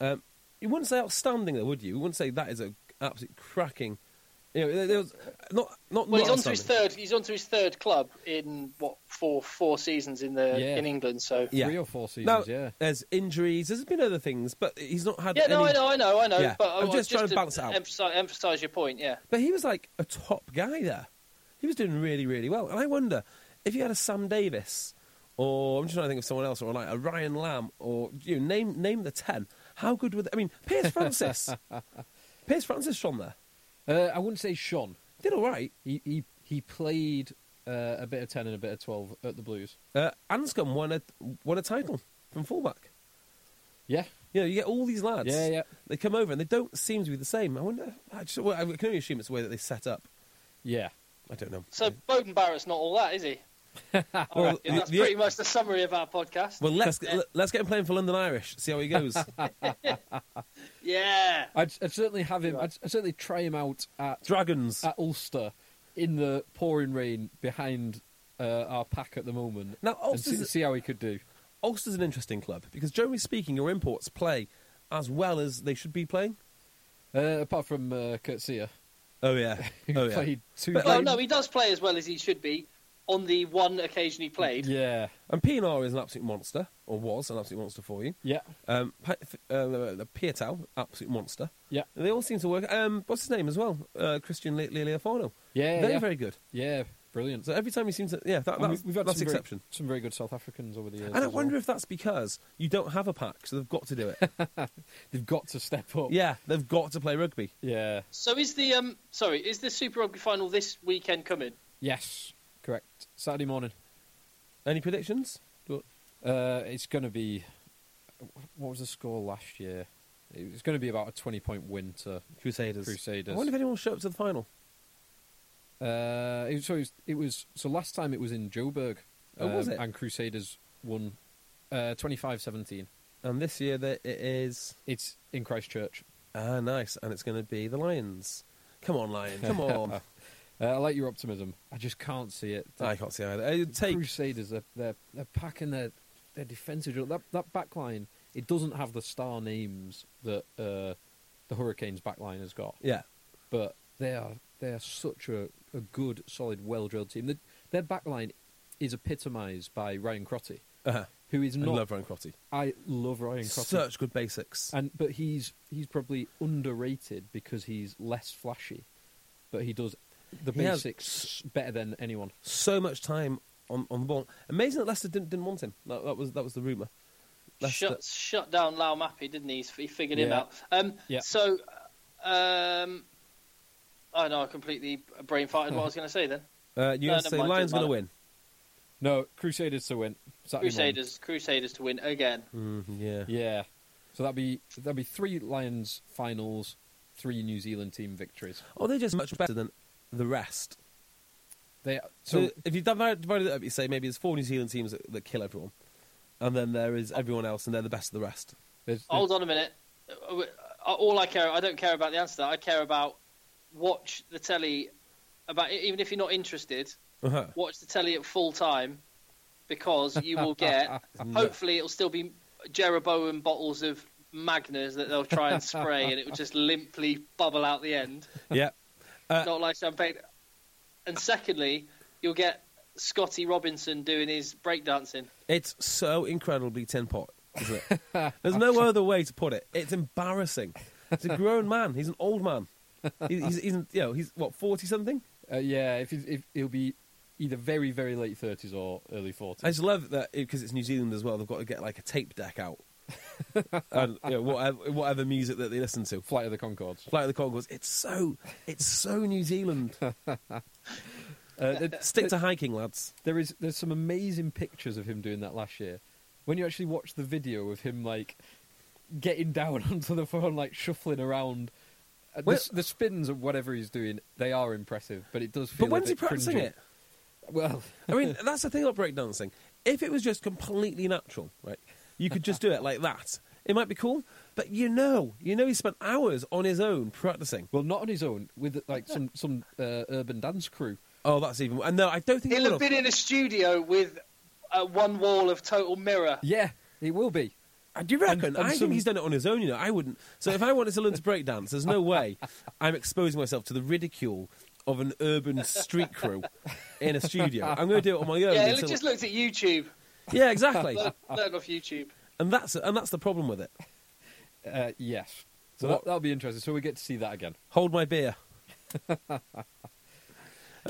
S1: Um, you wouldn't say outstanding though, would you? You wouldn't say that is a absolute cracking. You know, there- there was not not. not
S3: Well, he's on to his
S1: outstanding.
S3: third. He's on to his third club in what four four seasons in the
S2: Yeah.
S3: in England. So
S1: Yeah.
S2: Three or four
S1: Now,
S2: seasons, yeah.
S1: there's injuries. There's been other things, but he's not had.
S3: yeah, no,
S1: any-
S3: I know, I know, I know.
S1: Yeah,
S3: But I-
S1: I'm
S3: I-
S1: just trying to balance it out.
S3: Emphasize, emphasize your point. Yeah,
S1: But he was like a top guy there. He was doing really, really well. And I wonder if you had a Sam Davis, or I'm just trying to think of someone else, or like a Ryan Lamb, or you know, name name the ten. How good would I mean Pierce Francis? Pierce Francis shone there.
S2: Uh, I wouldn't say Sean.
S1: Did all right.
S2: He he he played uh, a bit of ten and a bit of twelve at the Blues.
S1: Uh, Anscombe won a won a title from fullback.
S2: Yeah,
S1: You know, you get all these lads.
S2: Yeah, yeah.
S1: They come over and they don't seem to be the same. I wonder. I, just, well, I can only assume it's the way that they set up.
S2: yeah.
S1: I don't know.
S3: So Bowden Barrett's not all that, is he? I
S1: Well,
S3: reckon
S1: the-
S3: that's
S1: the-
S3: pretty much the summary of our podcast.
S1: well, let's let's get him playing for London Irish. See how he goes.
S3: yeah.
S2: I'd, I'd certainly have him. I'd, I'd certainly try him out at
S1: Dragons.
S2: at Ulster in the pouring rain behind uh, our pack at the moment.
S1: Now,
S2: and
S1: Ulster's-
S2: see, see how he could do.
S1: Ulster's an interesting club because generally speaking, your imports play as well as they should be playing.
S2: Uh, apart from uh, Kurt Sear,
S1: Oh yeah,
S2: who
S1: oh yeah.
S2: played two
S1: But,
S3: Well,
S2: games.
S3: no, he does play as well as he should be on the one occasion he played.
S2: Yeah,
S1: And PNR is an absolute monster, or was an absolute monster for you.
S2: yeah,
S1: Um, Pa- uh, the Pietau, absolute monster.
S2: yeah,
S1: They all seem to work. Um, what's his name as well? Uh, Christian Le- Leofardo.
S2: Yeah,
S1: very
S2: yeah.
S1: very good.
S2: yeah. Brilliant.
S1: So every time he seems to, yeah, that,
S2: And
S1: that's, that's
S2: some
S1: exception.
S2: Very, some very good South Africans over the years.
S1: and I
S2: as
S1: wonder
S2: well.
S1: if that's because you don't have a pack, so they've got to do it.
S2: they've got to step up.
S1: yeah, they've got to play rugby.
S2: yeah,
S3: So is the um sorry is the Super Rugby final this weekend coming?
S2: yes, correct. Saturday morning.
S1: Any predictions? Do-
S2: Uh, it's going to be. What was the score last year? It was going to be about a twenty-point win to.
S1: Crusaders.
S2: Crusaders.
S1: I wonder if anyone will show up to the final.
S2: Uh, it, was, so it was. It was. So last time it was in Joburg.
S1: Oh, was
S2: um,
S1: it?
S2: And Crusaders won. Uh, 25-17.
S1: And this year that it is
S2: It's in Christchurch.
S1: ah nice, and it's going to be the Lions. Come on, Lion! Come on!
S2: Uh, I like your optimism. I just can't see it.
S1: I can't see either. It
S2: the
S1: take
S2: Crusaders, they're, they're, they're packing their, their defensive. drill. That, that back line, it doesn't have the star names that uh, the Hurricanes back line has got,
S1: yeah.
S2: but they are They are such a, a good, solid, well drilled team. The, their back line is epitomised by Ryan Crotty,
S1: Uh-huh.
S2: who is
S1: I
S2: not.
S1: love Ryan Crotty.
S2: I love Ryan Crotty.
S1: Such good basics.
S2: And but he's he's probably underrated because he's less flashy, but he does the
S1: He has-
S2: basics better than anyone.
S1: so much time on, on the ball. Amazing that Leicester didn't, didn't want him. That, that was that was the rumor.
S3: Shut, shut down Lau Mappi, didn't he? He's- He figured him
S2: Yeah.
S3: out. Um,
S2: Yeah.
S3: So, um, I know I completely brain farted what I was going to say then.
S1: Uh, you
S3: No,
S1: guys
S3: never
S1: say
S3: mind,
S1: Lions going to
S3: doesn't
S1: win.
S2: No, Crusaders to win. Saturday morning.
S3: Crusaders, Crusaders to win again.
S1: Mm, yeah.
S2: Yeah. So that'd be that'd be three Lions finals, three New Zealand team victories.
S1: Oh, they're just much better than the rest.
S2: They
S1: So,
S2: so
S1: if you divide, divided it up, you say maybe there's four New Zealand teams that, that kill everyone, and then there is everyone else, and they're the best of the rest.
S2: there's,
S3: Hold on a minute. Uh, uh, All I care, I don't care about the answer. to that. I care about watch the telly. About even if you're not interested,
S1: Uh-huh.
S3: watch the telly at full time because you will get. hopefully, it'll still be Jeroboam bottles of Magners that they'll try and spray, and it will just limply bubble out the end,
S1: yeah.
S3: not like champagne. And secondly, you'll get Scotty Robinson doing his breakdancing.
S1: It's so incredibly tin pot, isn't it? There's no other way to put it. It's embarrassing. It's a grown man. He's an old man. He's, he's, he's you know, he's what forty something.
S2: uh, yeah, if, he's- if he'll be either very very late thirties or early
S1: I
S2: forties.
S1: just love that because it's New Zealand as well. They've got to get like a tape deck out, and you know, whatever whatever music that they listen to.
S2: Flight of the Concords.
S1: Flight of the Concords. It's so it's so New Zealand.
S2: Uh, there-
S1: Stick to hiking, lads.
S2: there is there's some amazing pictures of him doing that last year. When you actually watch the video of him like getting down onto the phone, like shuffling around. Uh, the,
S1: Well-
S2: s- the spins of whatever he's doing, they are impressive, but it does feel.
S1: But
S2: a
S1: when's he
S2: bit
S1: practicing
S2: cringy.
S1: it?
S2: Well,
S1: I mean, that's the thing about breakdancing. If it was just completely natural, right, you could just do it like that. It might be cool, but you know, you know, he spent hours on his own practicing.
S2: Well, not on his own, with like some some uh, urban dance crew.
S1: Oh, that's even. And no, I don't think. he
S3: He'll have
S1: would've.
S3: been in a studio with uh, one wall of total mirror.
S2: Yeah, he will be.
S1: Uh, Do you reckon?
S2: and
S1: I
S2: some-
S1: think he's done it on his own. You know, I wouldn't. So if I wanted to learn to break dance, there's no way I'm exposing myself to the ridicule of an urban street crew in a studio. I'm going to do it on my own.
S3: Yeah, he
S1: until-
S3: just looked at YouTube.
S1: yeah, exactly.
S3: Learn learn off YouTube.
S1: and that's and that's the problem with it.
S2: Uh, yes,
S1: So
S2: so that,
S1: that-
S2: that'll be interesting. So we get to see that again.
S1: Hold my beer. Uh,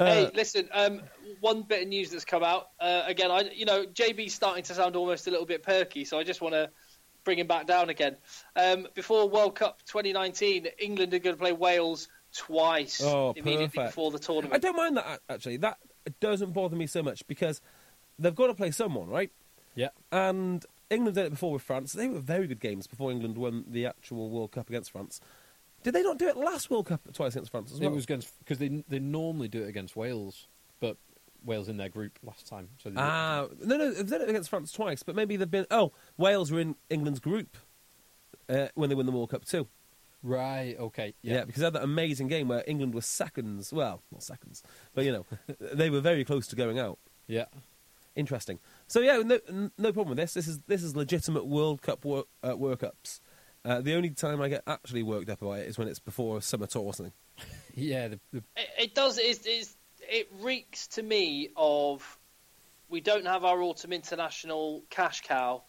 S3: hey, listen. Um, one bit of news that's come out uh, again. I, you know, JB's starting to sound almost a little bit perky, so I just want to bring him back down again. Um, before World Cup 2019, England are going to play Wales twice
S1: Oh,
S3: immediately
S1: perfect.
S3: before the tournament.
S1: I don't mind that a- actually. That doesn't bother me so much because they've got to play someone, right?
S2: Yeah,
S1: And England did it before with France. They were very good games before England won the actual World Cup against France. Did they not do it last World Cup twice against France as
S2: it
S1: well?
S2: was against because they they normally do it against Wales, but Wales in their group last time. So they did it.
S1: Ah, no, no, they've done it against France twice, but maybe they've been. Oh, Wales were in England's group uh, when they won the World Cup too.
S2: right, okay,
S1: Yeah.
S2: yeah,
S1: because they had that amazing game where England was seconds. Well, not seconds, but you know, they were very close to going out.
S2: yeah,
S1: Interesting. So yeah, no, n- no problem with this. This is this is legitimate World Cup wor- uh, workups. Uh, the only time I get actually worked up about it is when it's before a summer tour or something.
S2: yeah. The, the,
S3: It, it does. It, it, it reeks to me of we don't have our autumn international cash cow.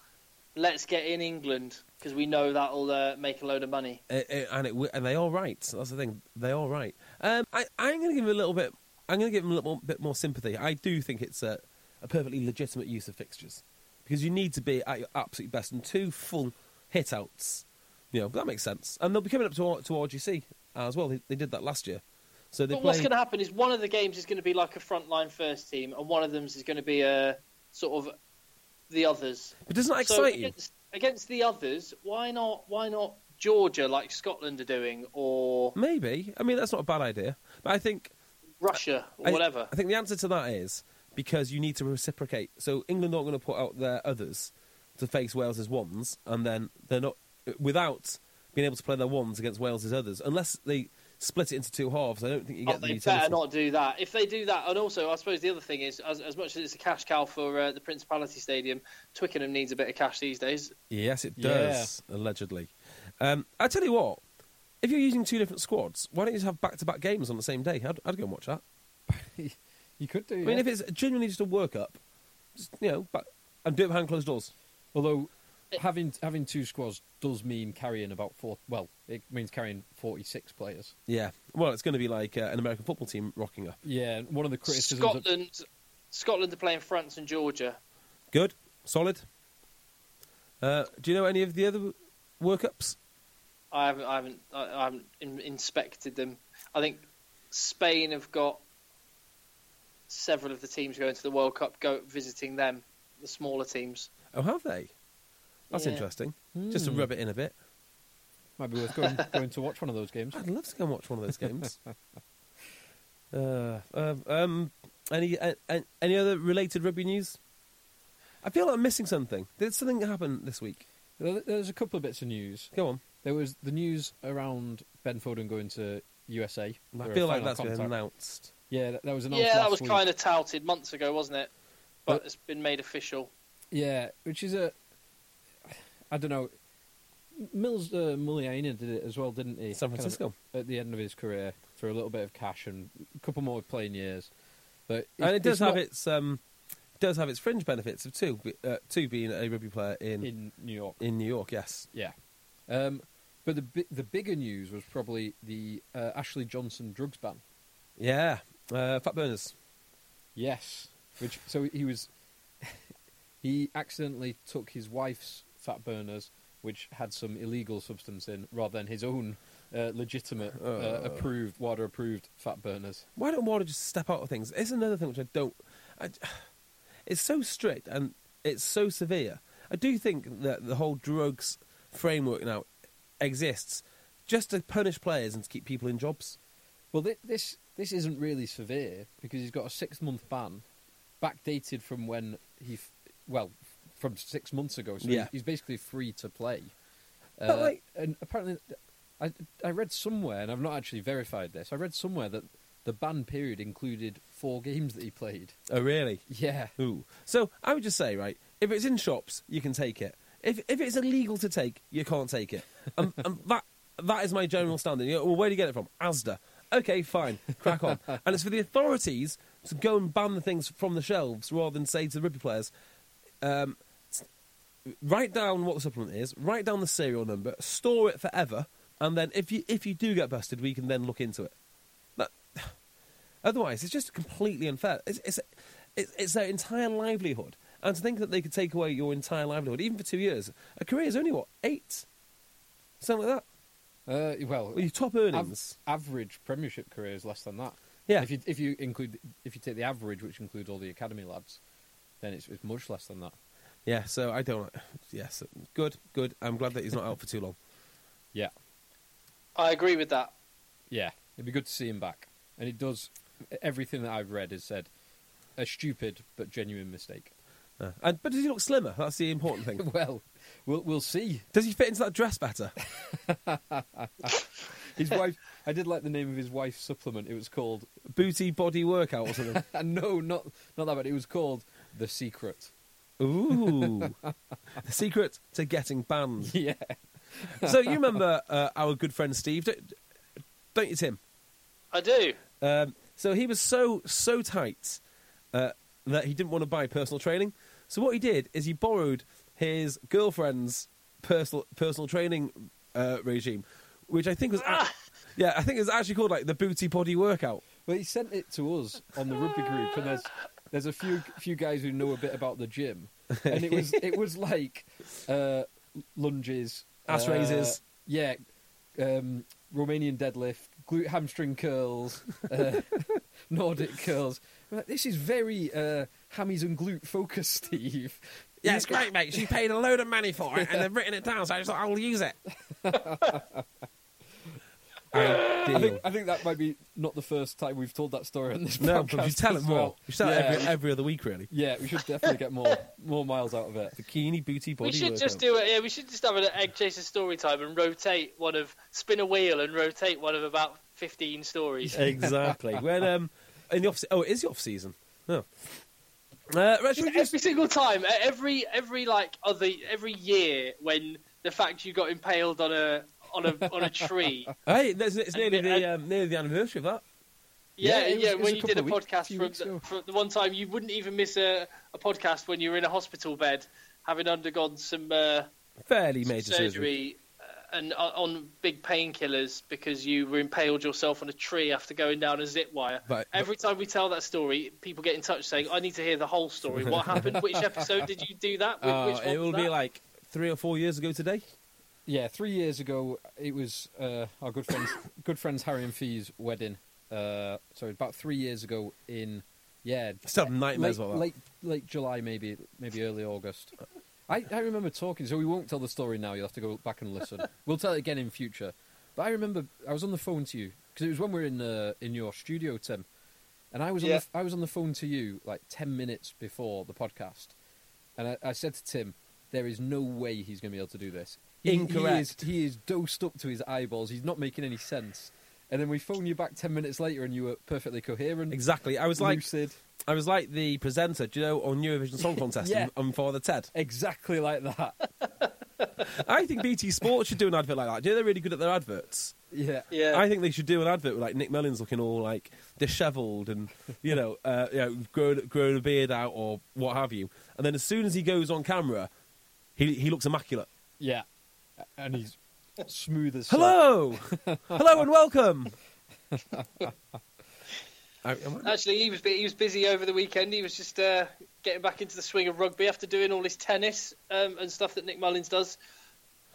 S3: Let's get in England because we know that'll uh, make a load of money.
S1: Uh, uh, and it w- and they are right. That's the thing. They are right. Um, I, I'm going to give him a little bit. I'm going to give him a little more, bit more sympathy. I do think it's a, a perfectly legitimate use of fixtures because you need to be at your absolute best and two full hit outs. You know that makes sense. And they'll be coming up to R- to RGC as well. They, they did that last year, so they
S3: But
S1: play.
S3: what's going to happen is one of the games is going to be like a frontline first team, and one of them's is going to be a sort of the others.
S1: but doesn't that
S3: so
S1: excite you?
S3: against, against the others, why not? Why not Georgia like Scotland are doing, or
S1: Maybe. I mean, that's not a bad idea. But I think
S3: Russia, or
S1: I-
S3: whatever?
S1: I think the answer to that is because you need to reciprocate. So England aren't going to put out their others to face Wales's ones, and then they're not without being able to play their ones against Wales's others, unless they split it into two halves. I don't think you
S3: Oh,
S1: get the
S3: they
S1: utility.
S3: better not do that. If they do that, and also, I suppose the other thing is, as, as much as it's a cash cow for uh, the Principality Stadium, Twickenham needs a bit of cash these days.
S1: Yes, it
S2: Yeah.
S1: does allegedly. Um, I tell you what, If you're using two different squads, why don't you just have back-to-back games on the same day? I'd, I'd go and watch that.
S2: you could do.
S1: I mean,
S2: yeah.
S1: if it's genuinely just a workup, just, you know, back, and do it behind closed doors.
S2: Although having having two squads does mean carrying about four. Well, it means carrying forty six players.
S1: Yeah. Well, it's going to be like uh, an American football team rocking up.
S2: Yeah, and one of the criticisms. of-
S3: Scotland, Scotland are playing France and Georgia.
S1: Good, solid. Uh, do you know any of the other workups?
S3: I haven't, I haven't, I I haven't in, inspected them. I think Spain have got several of the teams going to the World Cup go visiting them, the smaller teams.
S1: Oh, have they? That's
S3: Yeah.
S1: interesting. Just to
S2: Hmm.
S1: rub it in a bit.
S2: might be worth going, going to watch one of those games.
S1: I'd love to go and watch one of those games. uh, um, um, any uh, an- any other related rugby news? I feel like I'm missing something. Did something happen this week?
S2: There- There's a couple of bits of news.
S1: Go on.
S2: There was the news around Ben Foden going to USA.
S1: I
S2: They're a
S1: feel like
S2: final
S1: that's been
S2: contact.
S1: announced.
S2: Yeah, that, that was announced.
S3: yeah, that
S2: last
S3: was
S2: week.
S3: kind of touted months ago, wasn't it? But
S2: But-
S3: it's been made official.
S2: Yeah, which is a. I don't know. Mills uh, Muliaina did it as well, didn't he?
S1: San
S2: Kind of
S1: Francisco.
S2: at the end of his career for a little bit of cash and a couple more playing years. But
S1: and it
S2: it's
S1: does have
S2: not
S1: its um, does have its fringe benefits of two be- uh, two being a rugby player in, in
S2: in New York.
S1: New York. Yes.
S2: Yeah. Um, but the bi- the bigger news was probably the uh, Ashley Johnson drugs ban.
S1: Yeah. Uh, fat burners.
S2: Yes, which so he was he accidentally took his wife's fat burners, which had some illegal substance in, rather than his own uh, legitimate uh, approved WADA approved fat burners.
S1: Why don't WADA just step out of things? It's another thing which I don't. I, it's so strict and it's so severe. I do think that the whole drugs framework now exists just to punish players and to keep people in jobs.
S2: Well, thi- this this isn't really severe because he's got a six month ban, backdated from when he, f- well, from six months ago. So
S1: Yeah.
S2: he's- he's basically free to play. Uh,
S1: But, like-
S2: and apparently, I I read somewhere, and I've not actually verified this. I read somewhere that the ban period included four games that he played.
S1: Oh, really?
S2: Yeah,
S1: Ooh. So I would just say, right, if it's in shops, you can take it. If if it's illegal to take, you can't take it. And, and that that is my general standing. You go, well, where do you get it from? ASDA. Okay, fine, crack on. and it's for the authorities to go and ban the things from the shelves rather than say to the rugby players, um, s- write down what the supplement is, write down the serial number, store it forever, and then if you if you do get busted, we can then look into it. That, Otherwise, it's just completely unfair. It's, it's, it's, it's their entire livelihood. And to think that they could take away your entire livelihood, even for two years, a career is only, what, eight? Something like that.
S2: uh, well,
S1: Well, your top
S2: av-
S1: earnings.
S2: average Premiership career is less than that.
S1: Yeah.
S2: if you if you include if you take the average, which includes all the academy lads, then it's, it's much less than that.
S1: yeah, so I don't. Yes, good, good. I'm glad that he's not out for too long.
S2: Yeah.
S3: I agree with that.
S2: Yeah, it'd be good to see him back. And it does. Everything that I've read has said a stupid but genuine mistake.
S1: Uh, and, but does he look slimmer? That's the important thing.
S2: Well, we'll we'll see.
S1: Does he fit into that dress better?
S2: His wife. I did like the name of his wife's supplement. It was called.
S1: Booty body workout or something?
S2: And no, not not that bad. It was called the secret.
S1: Ooh. the secret to getting banned.
S2: Yeah.
S1: so you remember uh, our good friend Steve, don't, don't you, Tim?
S3: I do.
S1: Um, so he was so so tight uh, that he didn't want to buy personal training. So what he did is he borrowed his girlfriend's personal personal training uh, regime, which I think was ac- yeah, I think it was actually called like the booty body workout.
S2: Well, he sent it to us on the rugby group, and there's there's a few few guys who know a bit about the gym, and it was it was like uh, lunges,
S1: Ass
S2: uh,
S1: raises.
S2: yeah, um, Romanian deadlift, glute hamstring curls, uh, Nordic curls. I'm like, This is very uh, hammies and glute focused, Steve.
S1: Yeah, it's great, mate. She paid a load of money for it, and they've written it down. So I just thought I'll use it.
S2: I think, I think that might be not the first time we've told that story on this
S1: No,
S2: podcast.
S1: but you tell it
S2: as
S1: more.
S2: well.
S1: You tell
S2: yeah,
S1: it every, every other week, really.
S2: yeah, we should definitely get more more miles out of it.
S1: Bikini booty body.
S3: we should just
S1: workout.
S3: do it. Yeah, we should just have an egg chaser story time and rotate one of spin a wheel and rotate one of about fifteen stories.
S1: exactly. When um, in the off oh, it is the off season. Oh. Uh, right, should we just
S3: every single time, e- every every like other every year when the fact you got impaled on a on a on a tree.
S1: Hey, there's, it's
S3: And-
S1: nearly
S3: and-
S1: the um, nearly the anniversary of that.
S2: Yeah,
S3: Yeah, yeah.
S2: it was- it was
S3: when
S2: a
S3: you did a
S2: couple of weeks-
S3: podcast
S2: few
S3: from
S2: weeks
S3: the,
S2: ago.
S3: from the one time, you wouldn't even miss a, a podcast when you were in a hospital bed, having undergone some, uh,
S1: Fairly
S3: some
S1: major surgery.
S3: surgery uh, and uh, on big painkillers because you were impaled yourself on a tree after going down a zip wire.
S1: But-
S3: Every time we tell that story, people get in touch saying, "I need to hear the whole story. What happened? Which episode did you do that?
S2: Oh,
S3: Which,
S1: Uh,
S3: which one
S1: it will
S3: was
S1: be
S3: that?"
S1: like three or four years ago today.
S2: Yeah, three years ago, it was uh, our good friends, good friends Harry and Fee's wedding. Uh, so about three years ago in, yeah,
S1: Still have nightmares
S2: late,
S1: about that.
S2: late, late July, maybe maybe early August. I, I remember talking, so we won't tell the story now. You'll have to go back and listen. we'll tell it again in future. But I remember I was on the phone to you because it was when we were in uh, in your studio, Tim, and I was
S3: Yeah.
S2: on the, I was on the phone to you like ten minutes before the podcast, and I, I said to Tim, "There is no way he's going to be able to do this. He-
S1: Incorrect.
S2: He is, he is dosed up to his eyeballs. He's not making any sense." And then we phone you back ten minutes later, and you were perfectly coherent,
S1: Exactly. I was like
S2: lucid.
S1: I was like the presenter, do you know, on Eurovision Song Contest
S2: Yeah.
S1: and, and Father Ted.
S2: Exactly like that.
S1: I think BT Sport should do an advert like that. Do you know they're really good at their adverts?
S2: Yeah.
S3: yeah.
S1: I think they should do an advert with like Nick Mellon's looking all like dishevelled and you know, uh, you know, grown grown a beard out or what have you. And then as soon as he goes on camera, he he looks immaculate.
S2: Yeah. And he's smooth as silk.
S1: Hello, hello, and welcome. I- am I-
S3: Actually, he was bu- he was busy over the weekend. He was just uh, getting back into the swing of rugby after doing all his tennis um, and stuff that Nick Mullins does.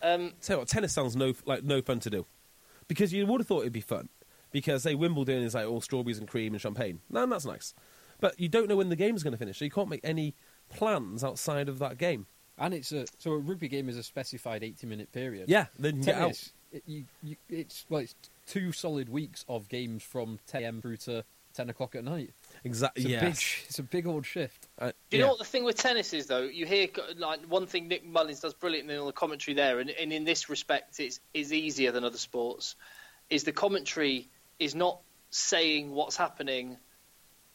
S3: Um,
S1: tell you what, tennis sounds no like no fun to do, because you would have thought it'd be fun, because say Wimbledon is like all strawberries and cream and champagne. No, and that's nice, but you don't know when the game's going to finish, so you can't make any plans outside of that game.
S2: And it's a so a rugby game is a specified eighty minute period.
S1: Yeah, then you get out.
S2: Tennis, it- you, you, it's well, it's two solid weeks of games from ten a.m. through to ten o'clock at night.
S1: Exactly.
S2: It's a
S1: Yeah.
S2: big, sh- it's a big old shift.
S1: Uh,
S3: Do you
S1: yeah.
S3: know what the thing with tennis is though? You hear like one thing Nick Mullins does brilliantly on the commentary there, and, and in this respect, it's is easier than other sports. Is the commentary is not saying what's happening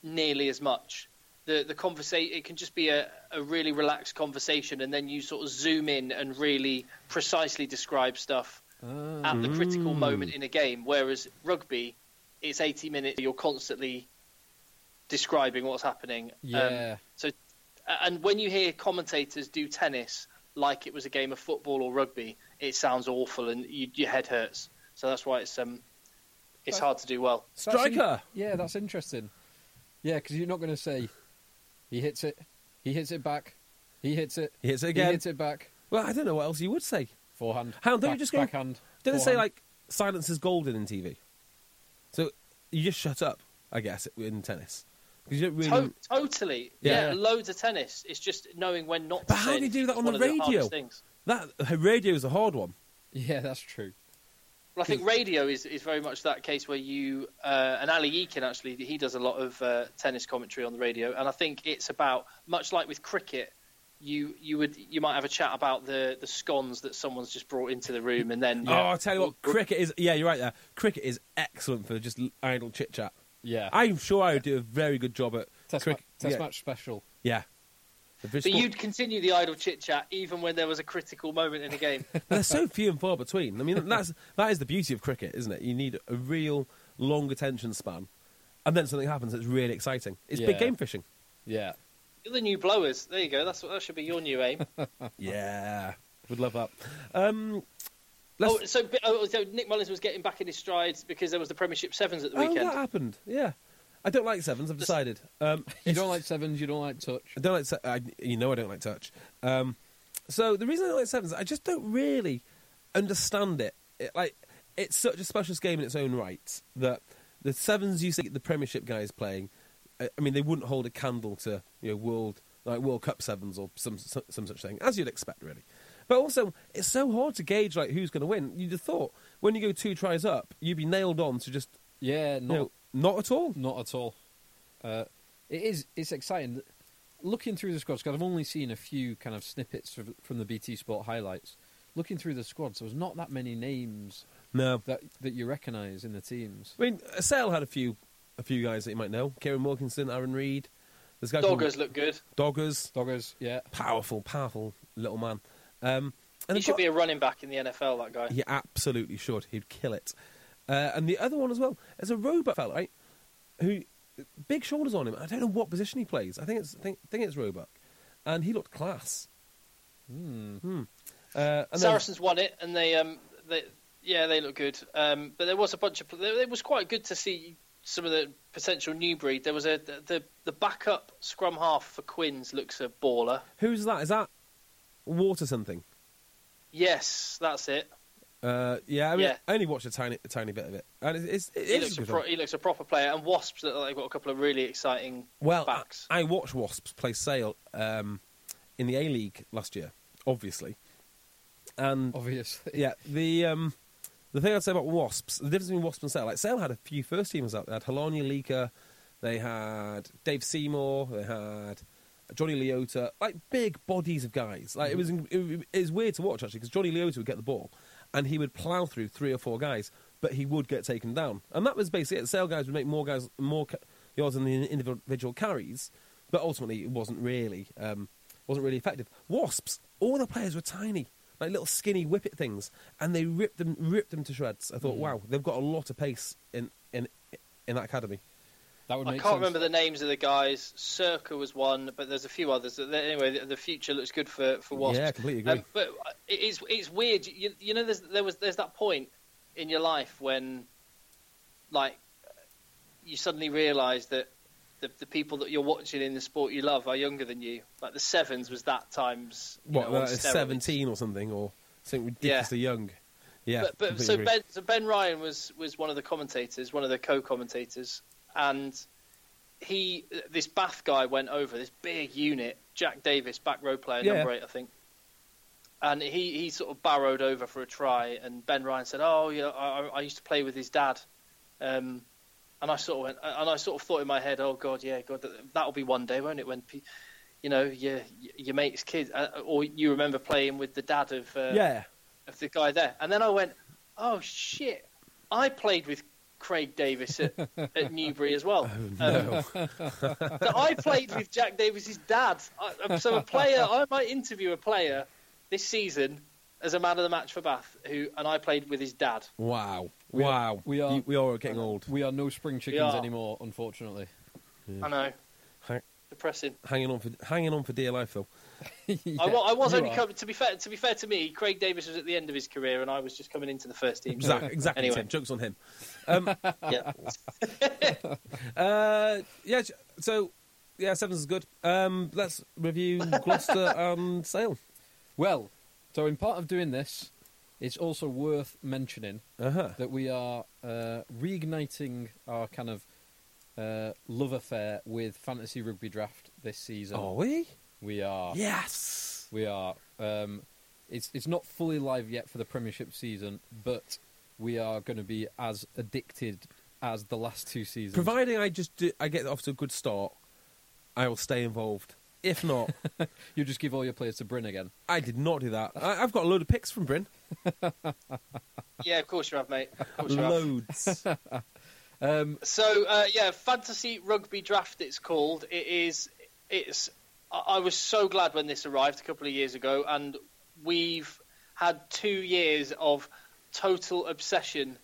S3: nearly as much. The the conversation it can just be a, a really relaxed conversation, and then you sort of zoom in and really precisely describe stuff at the critical moment in a game. Whereas rugby, it's eighty minutes. You're constantly describing what's happening. Um,
S2: Yeah.
S3: so, and when you hear commentators do tennis like it was a game of football or rugby, it sounds awful and you, your head hurts. So that's why it's um, it's hard to do well.
S2: That's in-
S1: Striker.
S2: yeah, that's interesting. Yeah, because you're not going to say he hits it, he hits it back, he hits it,
S1: He hits it again.
S2: he hits it back,
S1: Well, I don't know what else you would say.
S2: forehand.
S1: How don't you
S2: back-
S1: just go-
S2: backhand?
S1: Don't they say
S2: forehand.
S1: like silence is golden in TV? So you just shut up, I guess, in tennis because you don't really.
S3: To- totally,
S1: Yeah.
S3: yeah. loads of tennis. It's just knowing when not.
S1: But
S3: to
S1: how
S3: say
S1: do you do
S3: anything
S1: that
S3: is
S1: on
S3: one
S1: the
S3: of the
S1: radio?
S3: hardest things.
S1: That radio is a hard one.
S2: Yeah, that's true.
S3: Well, I think radio is, is very much that case where you uh, and Ali Eakin actually he does a lot of uh, tennis commentary on the radio, and I think it's about much like with cricket, you you would you might have a chat about the, the scones that someone's just brought into the room, and then
S1: Oh, I tell you what, cricket is. Yeah, you're right there. Cricket is excellent for just l- idle chit chat.
S2: Yeah.
S1: I'm sure I would do a very good job at
S2: Test,
S1: cricket.
S2: ma- test
S1: yeah.
S2: match special.
S1: Yeah. The
S3: But
S1: Bristol-
S3: you'd continue the idle chit chat even when there was a critical moment in the game.
S1: They're so few and far between. I mean, that's that is the beauty of cricket, isn't it? You need a real long attention span, and then something happens that's really exciting. It's big
S2: Yeah.
S1: game fishing.
S2: Yeah.
S3: You're the new blowers. There you go. That's what that should be your new aim.
S1: Yeah, would love that. Um, let's,
S3: oh, so, oh, so Nick Mullins was getting back in his strides because there was the Premiership sevens at the
S1: Oh,
S3: weekend.
S1: that happened. Yeah, I don't like sevens. I've decided. Um,
S2: You don't like sevens, you don't like touch.
S1: I don't like. se- I, you know, I don't like touch. Um, so the reason I don't like sevens, I just don't really understand it. it. Like, it's such a specialist game in its own right that the sevens you see the Premiership guys playing, I, I mean, they wouldn't hold a candle to you know world like World Cup sevens or some some, some such thing, as you'd expect, really. But also, it's so hard to gauge like who's going to win. You'd have thought when you go two tries up, you'd be nailed on to just
S2: Yeah,
S1: you
S2: not
S1: know, not at all.
S2: not at all. Uh, it is it's exciting. Looking through the squads, because I've only seen a few kind of snippets from, from the BT Sport highlights. Looking through the squads, there was not that many names
S1: No,
S2: that that you recognise in the teams.
S1: I mean, Sale had a few, a few guys that you might know: Kieran Wilkinson, Aaron Reed. This guy called
S3: Doggers look good.
S1: Doggers,
S2: Doggers, yeah,
S1: powerful, powerful little man. Um, And
S3: he
S1: they've
S3: should
S1: got-
S3: be a running back in the NFL. That guy.
S1: He absolutely should. He'd kill it. Uh, and the other one as well is a robot fella, right? Who big shoulders on him. I don't know what position he plays. I think it's think, think it's Roebuck. And he looked class. Hmm. Uh, and then-
S3: Saracens won it, and they um they yeah they look good. Um, but there was a bunch of pl- it was quite good to see some of the potential new breed. There was a the the, the backup scrum half for Quinns looks a baller.
S1: who's that? Is that Water something?
S3: Yes, that's it.
S1: Uh, yeah, I mean,
S3: Yeah.
S1: I only watched a tiny, a tiny bit of it, and it's, it's,
S3: He
S1: it's
S3: looks, a
S1: good
S3: pro-
S1: on.
S3: he looks a proper player, and Wasps look like they've got a couple of really exciting
S1: well. I,
S3: backs.
S1: I watched Wasps play Sale um, in the A League last year, obviously, and
S2: Obviously.
S1: yeah, the um, the thing I'd say about Wasps, the difference between Wasps and Sale, like Sale had a few first teamers out. They had Helania Leaker, they had Dave Seymour, they had Johnny Leota, like big bodies of guys. Like it was it, it was weird to watch actually because Johnny Leota would get the ball and he would plow through three or four guys, but he would get taken down. And that was basically it. Sale guys would make more guys more ca- yards than the individual carries, but ultimately it wasn't really um, wasn't really effective. Wasps, all the players were tiny like little skinny whippet things, and they ripped them ripped them to shreds. I
S3: Mm.
S1: thought, wow, they've got a lot of pace in in in that academy.
S2: That would
S3: I
S2: make
S3: can't
S2: sense.
S3: remember the names of the guys. Circa was one, but there's a few others. But Anyway, the- the future looks good for for Wasps.
S1: Yeah, completely agree.
S3: Um, but it's it's weird. You, you know, there's, there was there's that point in your life when, like, you suddenly realise that the, the people that you're watching in the sport you love are younger than you. Like the sevens was that times you
S1: What
S3: know, on
S1: that is
S3: steroids.
S1: seventeen or something, or something ridiculously young. Yeah,
S3: But, but
S1: completely
S3: so
S1: agree.
S3: Ben so Ben Ryan was was one of the commentators, one of the co-commentators, and he this Bath guy went over this big unit, Jack Davis, back row player,
S1: Yeah.
S3: number eight, I think. And he, he sort of barrowed over for a try, and Ben Ryan said, "Oh, yeah, I, I I used to play with his dad," um, and I sort of went, and I sort of thought in my head, "Oh God, yeah, God, that- that'll be one day, won't it?" When pe- you know your your mate's kid, uh, or you remember playing with the dad of uh,
S1: yeah,
S3: of the guy there. And then I went, oh shit, I played with Craig Davis at, at Newbury as
S2: Oh,
S3: well. Um, so I played with Jack Davis's dad. I, I'm- so a player, I might interview a player this season as a man of the match for Bath, who and I played with his dad.
S1: wow,
S2: We are-
S1: wow,
S2: we are-
S1: You- we are getting old.
S2: We are no spring chickens
S3: are.
S2: anymore, unfortunately.
S3: I know,
S1: Hang,
S3: depressing.
S1: hanging on for hanging on for dear life, Phil.
S3: I, wa- I was
S2: you
S3: only
S2: are.
S3: coming to be fair. To be fair to me, Craig Davis was at the end of his career, and I was just coming into the first team. So,
S1: Exactly, exactly.
S3: Anyway.
S1: Tim. Jokes on him. Um,
S3: yeah.
S1: Uh, yeah, j- so yeah, sevens is good. Um, let's review Gloucester and Sale.
S2: Well, so in part of doing this, it's also worth mentioning
S1: Uh huh.
S2: that we are uh, reigniting our kind of uh, love affair with fantasy rugby draft this season.
S1: Are Oh, we?
S2: We are.
S1: Yes.
S2: Uh, We are. Um, it's it's not fully live yet for the Premiership season, but we are going to be as addicted as the last two seasons.
S1: Providing I just do, I get off to a good start, I will stay involved. If not,
S2: you just give all your players to Bryn again.
S1: I did not do that. I, I've got a load of picks from Bryn.
S3: yeah, of course you have, mate. Of course you have.
S1: Loads.
S3: So uh, yeah, fantasy rugby draft. It's called. It is. It's. I I was so glad when this arrived a couple of years ago, and we've had two years of total obsession.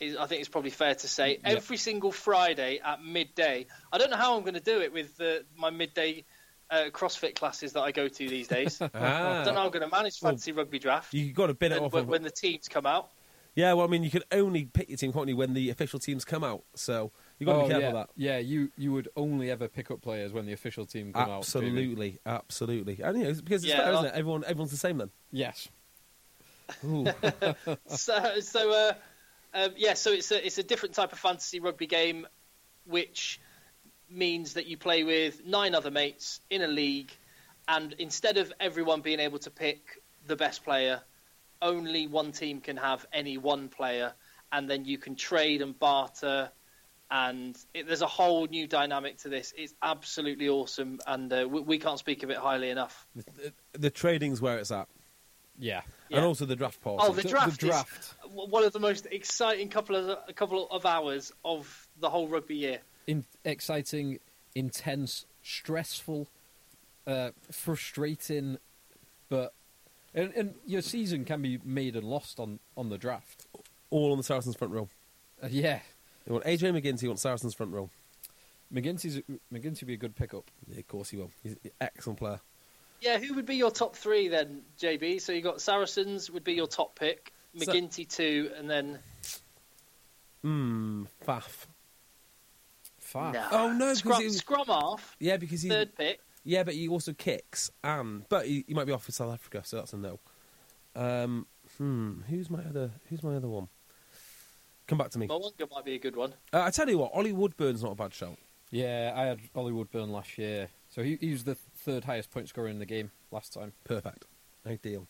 S3: Is I think it's probably fair to say every single Friday at midday. I don't know how I'm going to do it with the, my midday uh, CrossFit classes that I go to these days. I don't know how
S1: ah,
S3: I'm going to manage fantasy rugby draft
S1: you got to bid it
S3: when,
S1: off.
S3: when,
S1: of-
S3: when the teams come out.
S1: yeah, well, I mean, you can only pick your team, can't you, when the official teams come out? So you got to be careful
S2: Oh, yeah.
S1: of that.
S2: Yeah, you you would only ever pick up players when the official team come out. Jamie.
S1: Absolutely, absolutely. And you know, it's- because it's
S3: Yeah,
S1: fair, isn't
S3: I-
S1: it? Everyone, everyone's the same then.
S2: Yes.
S1: Ooh.
S3: so, so uh, um, yeah, so it's a it's a different type of fantasy rugby game, which means that you play with nine other mates in a league, and instead of everyone being able to pick the best player, only one team can have any one player, and then you can trade and barter. And it, there's a whole new dynamic to this. It's absolutely awesome, and uh, we, we can't speak of it highly enough.
S1: the trading's where it's at,
S2: Yeah.
S3: Yeah.
S1: and also the draft part.
S3: Oh,
S2: The-
S3: the
S2: the
S3: draft! is
S2: draft.
S3: w- one of the most exciting couple of a couple of hours of the whole rugby year.
S2: In- exciting, intense, stressful, uh, frustrating, but And, and your season can be made and lost on, on the draft.
S1: Oh. All on the Saracens front row.
S2: Uh, yeah,
S1: They want AJ McGinty, they want Saracens front row.
S2: McGinty's McGinty would be a good pickup.
S1: Yeah, of course he will. He's an excellent player.
S3: Yeah, who would be your top three then, JB? So you got Saracens would be your top pick,
S1: So-
S3: McGinty two, and then
S1: Mmm, faff.
S2: Far.
S3: Nah.
S1: Oh, no, 'cause
S3: Scrum,
S1: he was-
S3: Scrum off
S1: Yeah, because he's
S3: third pick.
S1: yeah, but he also kicks and but he, he might be off for South Africa, so that's a no. Um, hmm, who's my other who's my other one? Come back to me.
S3: Mwanga might be a good one.
S1: Uh, I tell you what, Ollie Woodburn's not a bad shout.
S2: Yeah, I had Ollie Woodburn last year, so he, he was the third highest point scorer in the game last time.
S1: Perfect, ideal.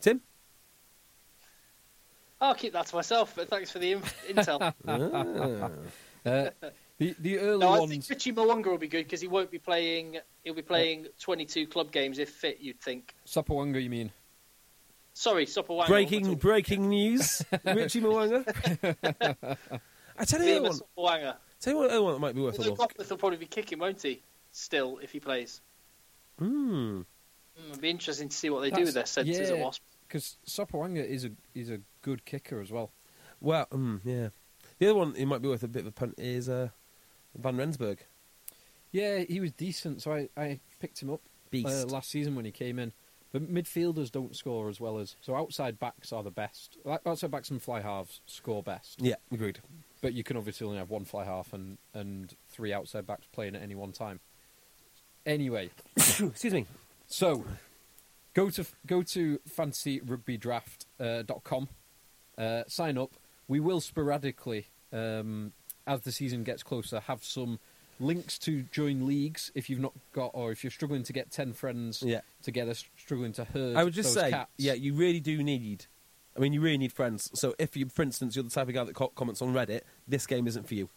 S1: Tim,
S3: I'll keep that to myself. But thanks for the in- intel.
S2: Uh, the the early
S3: no, I think
S2: ones,
S3: Richie Mwanga will be good because he won't be playing. He'll be playing 22 club games if fit. You'd think.
S2: Sapawanga, you mean?
S3: Sorry, Sopawanga.
S1: breaking breaking news, Richie Mwanga. I tell you what,
S3: Sopawanga.
S1: tell you what, other one that might be worth a
S3: Although
S1: look.
S3: Goppeth will probably be kicking, won't he? Still, if he plays,
S1: Hmm.
S3: Mm, it'll be interesting to see what they do
S2: That's-
S3: with their senses at
S2: yeah.
S3: Wasp.
S2: Because Sapawanga is a is a good kicker as well.
S1: Well, mm, yeah. The other one it might be worth a bit of a punt is uh, Van Rensburg.
S2: Yeah, he was decent, so I, I picked him up
S1: Beast.
S2: Uh, last season when he came in. But midfielders don't score as well as so outside backs are the best. Like, Outside backs and fly halves score best,
S1: Yeah, agreed.
S2: but you can obviously only have one fly half and and three outside backs playing at any one time. Anyway,
S1: Excuse me.
S2: so go to go to fantasyrugbydraft.com, uh, sign up. We will sporadically, um, as the season gets closer, have some links to join leagues if you've not got or if you're struggling to get ten friends
S1: Yeah.
S2: together, s- struggling to herd.
S1: I would just
S2: those
S1: say,
S2: cats.
S1: yeah, you really do need. I mean, you really need friends. So if you, for instance, you're the type of guy that co- comments on Reddit, this game isn't for you.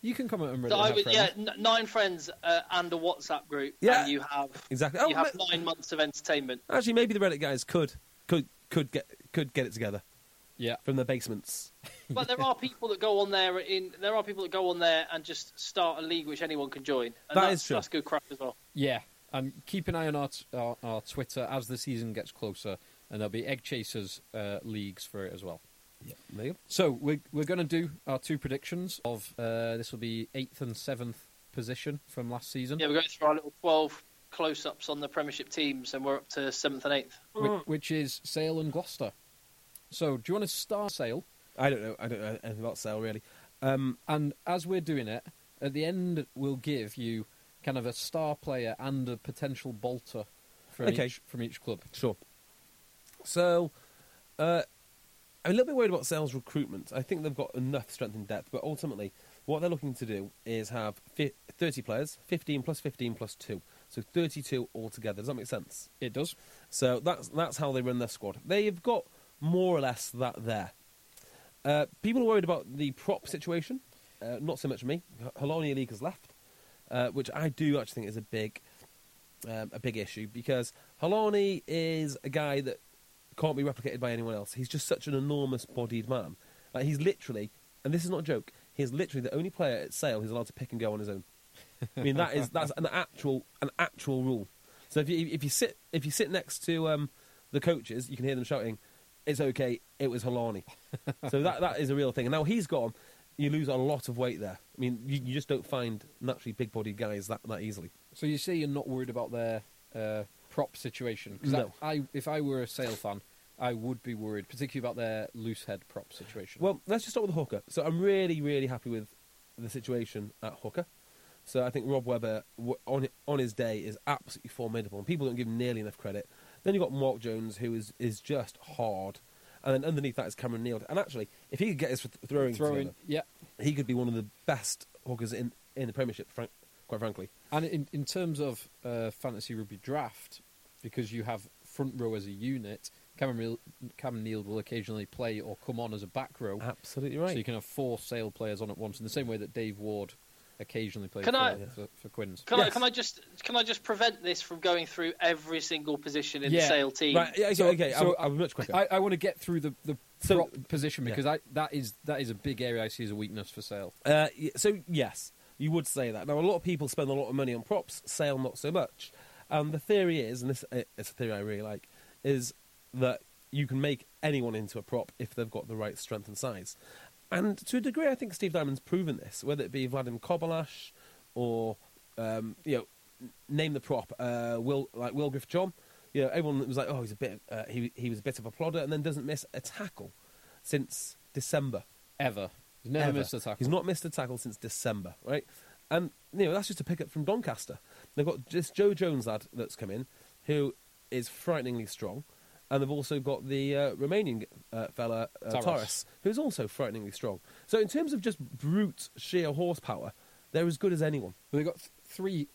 S2: you can comment on Reddit.
S3: So I
S2: and have
S3: would, yeah,
S2: friends.
S3: n- nine friends uh, and a WhatsApp group,
S1: Yeah.
S3: and you have
S1: Exactly.
S3: you
S1: Oh,
S3: have
S1: ma-
S3: nine months of entertainment.
S1: actually, maybe the Reddit guys could could could get could get it together
S2: yeah,
S1: from their basements.
S3: But there are people that go on there in there are people that go on there and just start a league which anyone can join. And
S1: That
S3: that's,
S1: is true.
S3: That's good crap as well.
S2: yeah. And keep an eye on our, t- our our Twitter as the season gets closer, and there'll be egg chasers uh, leagues for it as well.
S1: Yeah, there you go.
S2: So we're we're going to do our two predictions of uh, this will be eighth and seventh position from last season,
S3: Yeah, we're going through our little twelve close-ups on the Premiership teams, and we're up to seventh and eighth.
S2: which, which is Sale and Gloucester. So do you want to start Sale?
S1: I don't know. I don't know anything about sale really. Um,
S2: And as we're doing it, at the end we'll give you kind of a star player and a potential bolter from
S1: Okay.
S2: each from each club.
S1: Sure. So, uh, I'm a little bit worried about sales recruitment. I think they've got enough strength and depth, but ultimately, what they're looking to do is have fi- 30 players, 15 plus 15 plus 2. So 32 altogether. Does that make sense?
S2: It does.
S1: So that's that's how they run their squad. They've got more or less that there. Uh, people are worried about the prop situation. Uh, not so much me. H- Halonia League has left, uh, which I do actually think is a big um, a big issue because Halani is a guy that can't be replicated by anyone else. He's just such an enormous bodied man. Like he's literally, and this is not a joke. He's literally the only player at Sale who's allowed to pick and go on his own. I mean that is that's an actual an actual rule. So if you if you sit if you sit next to um, the coaches, you can hear them shouting, "It's okay, it was Halani." so that that is a real thing. And now he's gone. You lose a lot of weight there. I mean, you, you just don't find naturally big-bodied guys that, that easily.
S2: So you say you're not worried about their uh, prop situation because
S1: No.
S2: I, if I were a Sale fan, I would be worried, particularly about their loose head prop situation.
S1: Well, let's just start with the hooker. So I'm really, really happy with the situation at hooker. So I think Rob Webber w- on on his day is absolutely formidable, and people don't give him nearly enough credit. Then you've got Mark Jones, who is, is just hard, and then underneath that is Cameron Neal. And actually, if he could get his th- throwing,
S2: throwing,
S1: together,
S2: yeah.
S1: he could be one of the best hookers in, in the Premiership. Frank, quite frankly,
S2: And in, in terms of uh, fantasy rugby draft, because you have front row as a unit, Cameron, Reel- Cameron Neal will occasionally play or come on as a back row,
S1: absolutely
S2: so you
S1: right.
S2: can have four Sale players on at once. In the same way that Dave Ward occasionally plays
S3: Can
S2: for,
S3: I-
S2: for, for Quinns.
S3: Can I
S1: Yes.
S3: can I just can I just prevent this from going through every single position in
S2: Yeah.
S3: the Sale team?
S1: Right? Yeah, okay,
S2: So-
S1: okay,
S2: so
S1: I'm, I'm much quicker.
S2: I, I want to get through the, the
S1: So-
S2: prop position
S1: yeah.
S2: because I, that is that is a big area I see as a weakness for Sale.
S1: Uh, y- so yes, you would say that. Now a lot of people spend a lot of money on props, sale not so much. And the theory is, and this uh, it's a theory I really like, is that you can make anyone into a prop if they've got the right strength and size. And to a degree, I think Steve Diamond's proven this, whether it be Vladim Kobolash or, um, you know, n- name the prop, uh, Will, like Will Griff John. You know, everyone was like, oh, he's a bit, uh, he, he was a bit of a plodder and then doesn't miss a tackle since December.
S2: Ever. He's never
S1: Ever.
S2: missed a tackle.
S1: He's not missed a tackle since December, right? And you know that's just a pickup from Doncaster. They've got this Joe Jones lad that's come in, who is frighteningly strong, and they've also got the uh, Romanian uh, fella uh,
S2: Taras.
S1: Taras, who's also frighteningly strong. So in terms of just brute sheer horsepower, they're as good as anyone.
S2: Well, they got th- three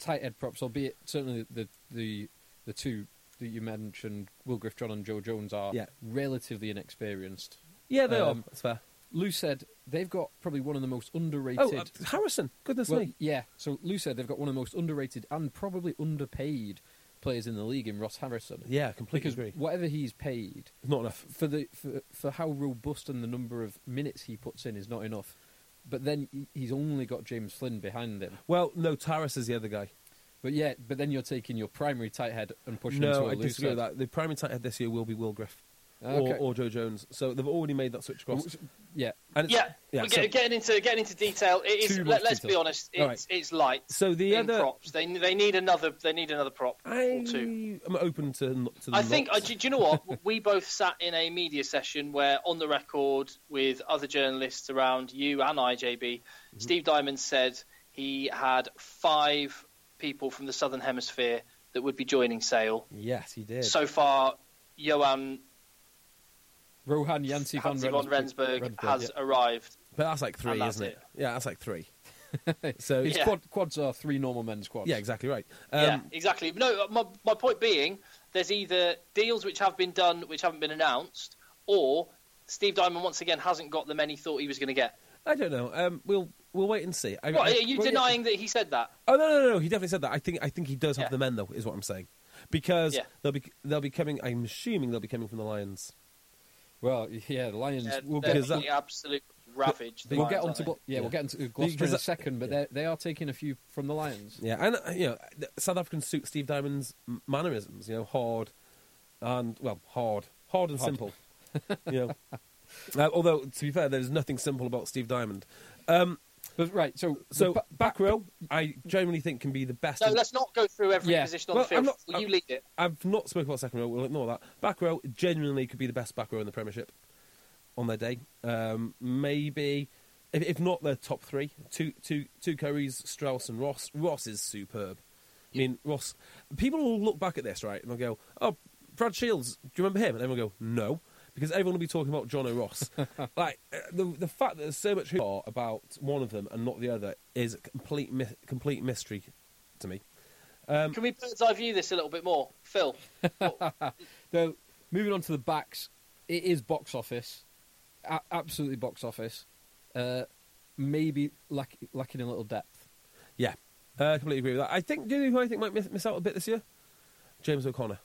S2: tight head props, albeit certainly the the the two that you mentioned, Will Griff John and Joe Jones, are
S1: Yeah.
S2: relatively inexperienced.
S1: Yeah, they
S2: Um,
S1: are. That's fair.
S2: Lou said they've got probably one of the most underrated.
S1: Oh, uh, Harrison, goodness
S2: well,
S1: me.
S2: yeah. So Lou said they've got one of the most underrated and probably underpaid players in the league in Ross Harrison.
S1: Yeah, I completely
S2: because
S1: agree.
S2: whatever he's paid
S1: Not enough.
S2: for the for, for how robust and the number of minutes he puts in is not enough. But then he- he's only got James Flynn behind him.
S1: Well, no, Taras is the other guy.
S2: But yeah, but then you're taking your primary tight head and pushing him to
S1: No,
S2: a
S1: I
S2: loose
S1: disagree
S2: head.
S1: with that. The primary tight head this year will be Will Griff
S2: Okay.
S1: or, or Joe Jones. So they've already made that switch across.
S2: Which- Yeah,
S1: And it's-
S3: Yeah, we're
S1: so,
S3: get, getting into getting into detail. It is.
S2: Too
S3: Let,
S2: much
S3: us be
S2: detail.
S3: honest. It's
S1: All right.
S3: it's light.
S1: So the
S3: in
S1: other-
S3: props. They they need another. They need another prop
S1: I
S3: or two.
S1: am open to n- to. The
S3: I think.
S1: not.
S3: I, do, do you know what? we both sat in a media session where, on the record, with other journalists around you and IJB,
S1: Mm-hmm.
S3: Steve Diamond said he had five people from the Southern Hemisphere that would be joining Sale.
S1: yes, he did.
S3: So far, Johan
S2: Rohan Yancy van,
S3: Hansi von Rensburg, has arrived.
S1: but that's like three,
S3: And that's
S1: isn't it?
S3: it.
S1: Yeah, that's like three. so
S2: His
S1: yeah.
S3: Yeah.
S2: quad, quads are three normal men's quads.
S1: exactly right.
S3: yeah,
S1: Um,
S3: exactly. No, uh, my, my point being, there's either deals which have been done which haven't been announced, or Steve Diamond once again hasn't got the men he thought he was going to get.
S1: I don't know. Um, we'll we'll wait and see. I,
S3: What,
S1: I-
S3: are you
S1: well, yeah.
S3: denying that he said that?
S1: Oh no, no, no, no! He definitely said that. I think I think he does have
S3: Yeah.
S1: the men though, is what I'm saying, because
S3: Yeah.
S1: they'll be they'll be coming. I'm assuming they'll be coming from the Lions.
S2: Well, yeah, the Lions.
S3: Yeah,
S2: we'll get,
S3: they're
S1: because that-
S3: being Uh, absolutely ravaged. the
S2: we'll get
S3: Lions,
S2: onto Glo-
S3: aren't
S2: yeah,
S1: Yeah.
S2: we'll get onto Gloucester
S1: Because
S2: in a
S1: that-
S2: second, but they're they are taking a few from the Lions.
S1: Yeah, and uh, you know, th- South Africans suit Steve Diamond's m- mannerisms. You know, hard and well, hard, hard and simple. you know, Uh, although to be fair, there's nothing simple about Steve Diamond.
S2: But, right, so
S1: So
S2: the ba-
S1: back row, I genuinely think can be the best.
S3: they? No,
S1: in-
S3: let's not go through every
S2: Yeah.
S3: position on
S1: Well,
S3: the field.
S1: I'm not- uh,
S3: Will you
S1: I'm-
S3: lead it?
S1: I've not spoken about second row. We'll ignore that. Back row genuinely could be the best back row in the Premiership on their day. Um, maybe, if, if not their top three, two, two, two Currys, Strauss and Ross. Ross is superb. I mean, Ross. People will look back at this right and they'll go, "Oh, Brad Shields, do you remember him?" And everyone will go, "No." Because everyone will be talking about John O'Ross. like uh, the the fact that there's so much hoopla about one of them and not the other is a complete mi- complete mystery to me. um,
S3: Can we bird's eye view this a little bit more, Phil?
S2: Though moving on to the backs, it is box office, a- absolutely box office. Uh, maybe lack- lacking a little depth.
S1: Yeah, uh, I completely agree with that. I think, do you know who I think might miss, miss out a bit this year? James O'Connor.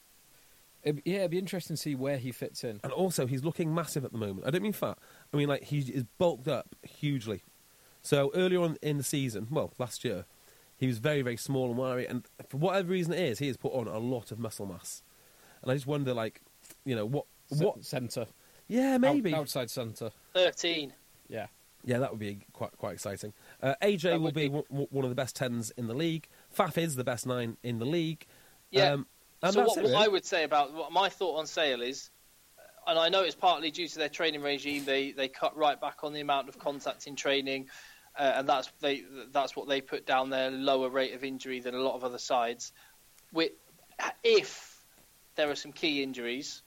S2: It'd, be- yeah, it'd be interesting to see where he fits in.
S1: And also, he's looking massive at the moment. I don't mean fat. I mean, like, he is bulked up hugely. So, earlier on in the season, well, last year, he was very, very small and wiry. And for whatever reason it is, he has put on a lot of muscle mass. And I just wonder, like, you know, what. what?
S2: centre?
S1: Yeah, maybe.
S2: Out- outside centre.
S3: Thirteen.
S2: Yeah.
S1: Yeah, that would be quite quite exciting. Uh, AJ
S3: That
S1: will
S3: would
S1: be,
S3: be-
S1: one- one of the best tens in the league. Faf is the best nine in the league. Um,
S3: Yeah.
S1: and
S3: so
S1: that's
S3: what,
S1: it,
S3: what
S1: really.
S3: I would say about what my thought on Sale is, uh, and I know it's partly due to their training regime. They they cut right back on the amount of contact in training, uh, and that's they that's what they put down their lower rate of injury than a lot of other sides. With, if there are some key injuries,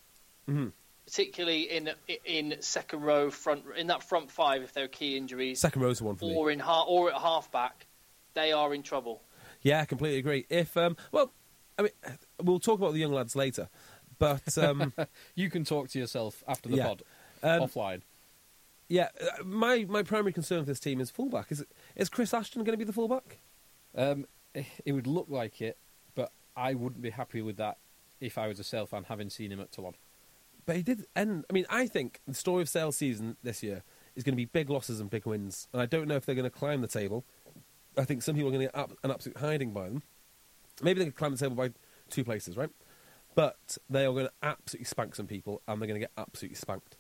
S3: particularly in in second row front in that front five, if there are key injuries,
S1: Second row's the one for me.
S3: or in ha- or at halfback, they are in trouble.
S1: Yeah, I completely agree. If um, well, I mean, we'll talk about the young lads later, but um,
S2: You can talk to yourself after the
S1: Yeah.
S2: pod,
S1: Um,
S2: offline.
S1: yeah, uh, my my primary concern for this team is fullback. Is is Chris Ashton going to be the fullback?
S2: Um, eh, it would look like it, but I wouldn't be happy with that if I was a Sale fan, having seen him at Toulon.
S1: But he did, and I mean, I think the story of Sale's season this year is going to be big losses and big wins, and I don't know if they're going to climb the table. I think some people are going to get up, an absolute hiding by them. Maybe they could climb the table by two places, right? but they are going to absolutely spank some people, and they're going to get absolutely spanked.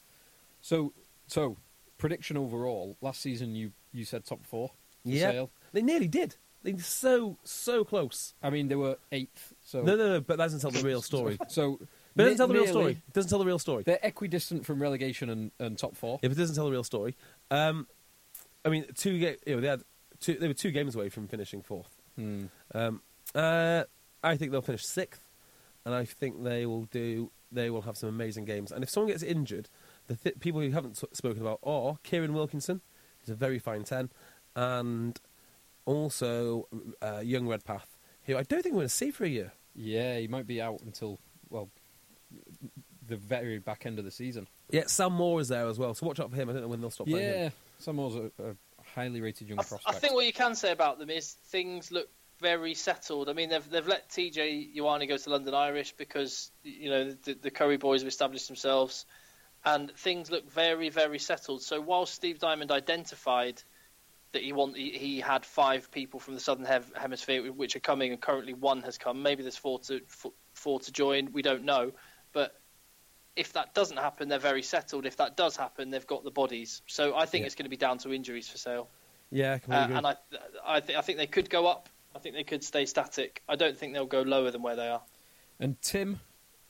S2: So, so prediction overall. Last season, you you said top four. for Sale.
S1: they nearly did. They're so so close.
S2: I mean, they were eighth. So
S1: No, no, no. But that doesn't tell the real story.
S2: So
S1: But it
S2: ne-
S1: doesn't tell the real
S2: nearly-
S1: story. It doesn't tell the real story.
S2: They're equidistant from relegation and, and top four.
S1: If it doesn't tell the real story, um, I mean, two. Ga- you know, they had two. They were two games away from finishing fourth.
S2: Hmm.
S1: Um, uh, I think they'll finish sixth, and I think they will do. They will have some amazing games. And if someone gets injured, the th- people who haven't s- spoken about are Kieran Wilkinson, who's a very fine ten, and also uh, young Redpath, who I don't think we're going to see for a year.
S2: Yeah, he might be out until well, the very back end of the season.
S1: Yeah, Sam Moore is there as well, so watch out for him. I don't know when they'll stop playing him.
S2: yeah, Samoa's a, a highly rated young
S3: I, th-
S2: prospect.
S3: I think what you can say about them is things look very settled. I mean, they've they've let TJ Ioane go to London Irish because you know the, the Curry boys have established themselves, and things look very very settled. So while Steve Diamond identified that he want he, he had five people from the Southern Hev- Hemisphere which are coming, and currently one has come. Maybe there's four to f- four to join. We don't know, but. If that doesn't happen, they're very settled. If that does happen, they've got the bodies. So I think
S1: Yeah.
S3: it's going to be down to injuries for sale.
S1: yeah, I completely
S3: Uh,
S1: agree.
S3: and I, I, th- I think they could go up. I think they could stay static. I don't think they'll go lower than where they are.
S2: And Tim,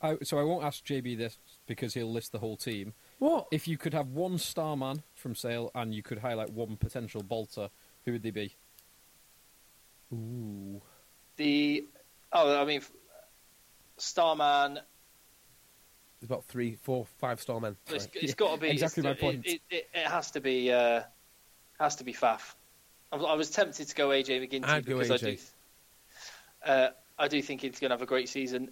S2: I, so I won't ask JB this because he'll list the whole team.
S1: what?
S2: If you could have one star man from Sale and you could highlight one potential bolter, who would they be?
S1: Ooh.
S3: The, oh, I mean, f- Starman.
S1: There's about three, four, five star men.
S3: It's,
S1: Sorry.
S3: it's got to be
S2: exactly
S3: it's-
S2: my
S3: it-
S2: point.
S3: It, it, it has to be. Uh, has to be Faf. I was, I was tempted to go AJ McGinty
S1: I'd go
S3: because I do.
S1: AJ.
S3: th- Uh, I do think he's going to have a great season.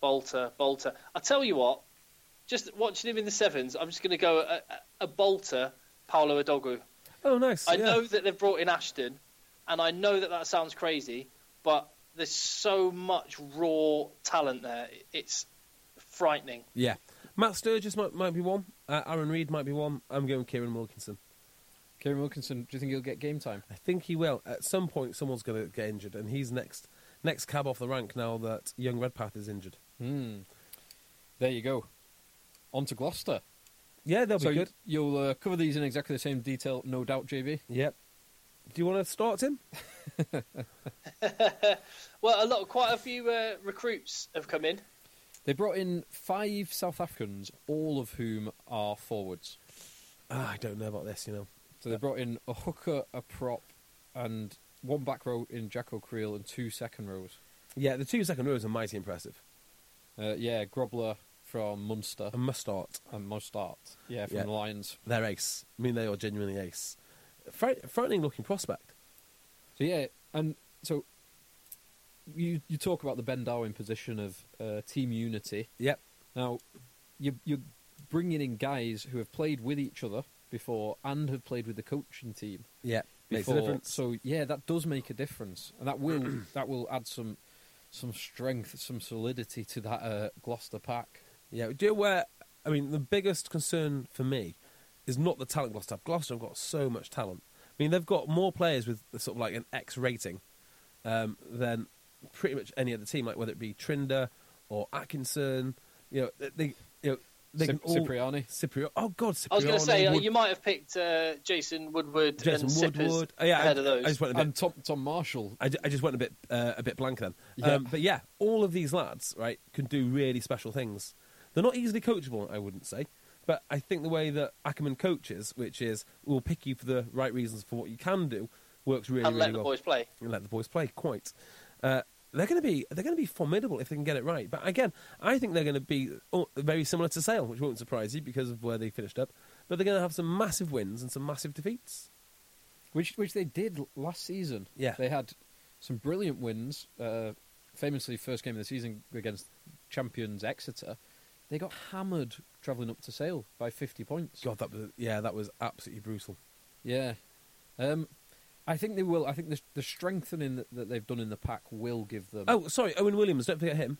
S3: Bolter, Bolter. I tell you what, just watching him in the sevens, I'm just going to go a, a, a Bolter, Paolo Adogu.
S1: Oh, nice.
S3: I
S1: yeah.
S3: know that they've brought in Ashton, and I know that that sounds crazy, but there's so much raw talent there. It's frightening.
S1: Yeah. Matt Sturgis might, might be one. Uh, Aaron Reed might be one. I'm going Kieran Wilkinson.
S2: Kieran Wilkinson, do you think he'll get game time?
S1: I think he will. At some point, someone's going to get injured, and he's next next cab off the rank now that young Redpath is injured.
S2: Hmm. There you go. On to Gloucester.
S1: Yeah, they'll
S2: so
S1: be good.
S2: you'll uh, cover these in exactly the same detail, no doubt, JB.
S1: Yep. Do you want to start, Tim?
S3: Well, a lot, quite a few uh, recruits have come in.
S2: They brought in five South Africans, all of whom are forwards.
S1: Ah, I don't know about this, you know.
S2: So they brought in a hooker, a prop, and one back row in Jacko Creel and two second rows.
S1: Yeah, the two second rows are mighty impressive.
S2: Uh, yeah, Grobler from Munster
S1: A must start.
S2: and Mostart. Yeah, from
S1: Yeah.
S2: the Lions.
S1: They're ace. I mean, they are genuinely ace. Fright- frightening looking prospect.
S2: So yeah, and so you you talk about the Ben Darwin position of uh, team unity.
S1: Yep.
S2: Now you you're bringing in guys who have played with each other before and have played with the coaching team.
S1: Yeah. Makes a
S2: before.
S1: difference.
S2: So yeah, that does make a difference, and that will that will add some some strength, some solidity to that uh, Gloucester pack.
S1: Yeah, do you know where? I mean, the biggest concern for me is not the talent Gloucester have. Gloucester have got so much talent. I mean, they've got more players with sort of like an X rating um, than pretty much any other team, like whether it be Trinder or Atkinson. You know, they- they, you know, they
S2: Cip-
S1: can all,
S2: Cipriani.
S1: Cipriani. Oh God, Cipriani.
S3: I was going to say uh,
S1: Wood-
S3: you might have picked uh, Jason Woodward
S1: Jason
S3: and Sippers
S1: Woodward. Oh, yeah, I-
S3: ahead of those.
S1: I just went a bit
S2: And Tom, Tom Marshall,
S1: I, ju- I just went a bit uh, a bit blank then.
S2: Yeah.
S1: Um, but yeah, all of these lads, right, can do really special things. They're not easily coachable, I wouldn't say. But I think the way that Ackerman coaches, which is we'll pick you for the right reasons for what you can do, works really,
S3: and
S1: really
S3: let the
S1: well.
S3: boys play.
S1: And let the boys play. Quite. Uh, they're going to be they're going to be formidable if they can get it right. But again, I think they're going to be oh, very similar to Sale, which won't surprise you because of where they finished up. But they're going to have some massive wins and some massive defeats.
S2: which which they did l- last season.
S1: Yeah.
S2: they had some brilliant wins. Uh, famously, first game of the season against champions Exeter, they got hammered travelling up to Sale by fifty points.
S1: God, that was yeah, that was absolutely brutal.
S2: Yeah, um, I think they will. I think the, the strengthening that, that they've done in the pack will give them.
S1: Oh, sorry, Owen Williams. Don't forget him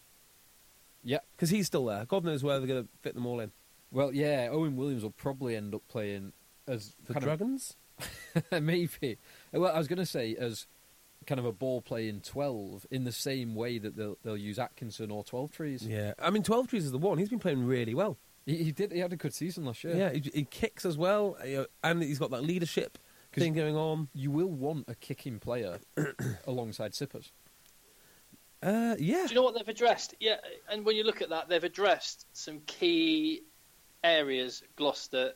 S2: yeah.
S1: because he's still there. God knows where they're going to fit them all in.
S2: Well, yeah. Owen Williams will probably end up playing as
S1: The
S2: kind of-
S1: Dragons.
S2: Maybe. Well, I was going to say as kind of a ball playing twelve in the same way that they'll they'll use Atkinson or twelve trees.
S1: Yeah, I mean, Twelve Trees is the one. He's been playing really well.
S2: He, he did. He had a good season last year.
S1: Yeah, he, he kicks as well, you know, and he's got that leadership
S2: 'Cause-
S1: thing going on.
S2: You will want a kicking player alongside Sippers.
S1: Uh, yeah,
S3: Do you know what they've addressed? Yeah, and when you look at that, they've addressed some key areas Gloucester.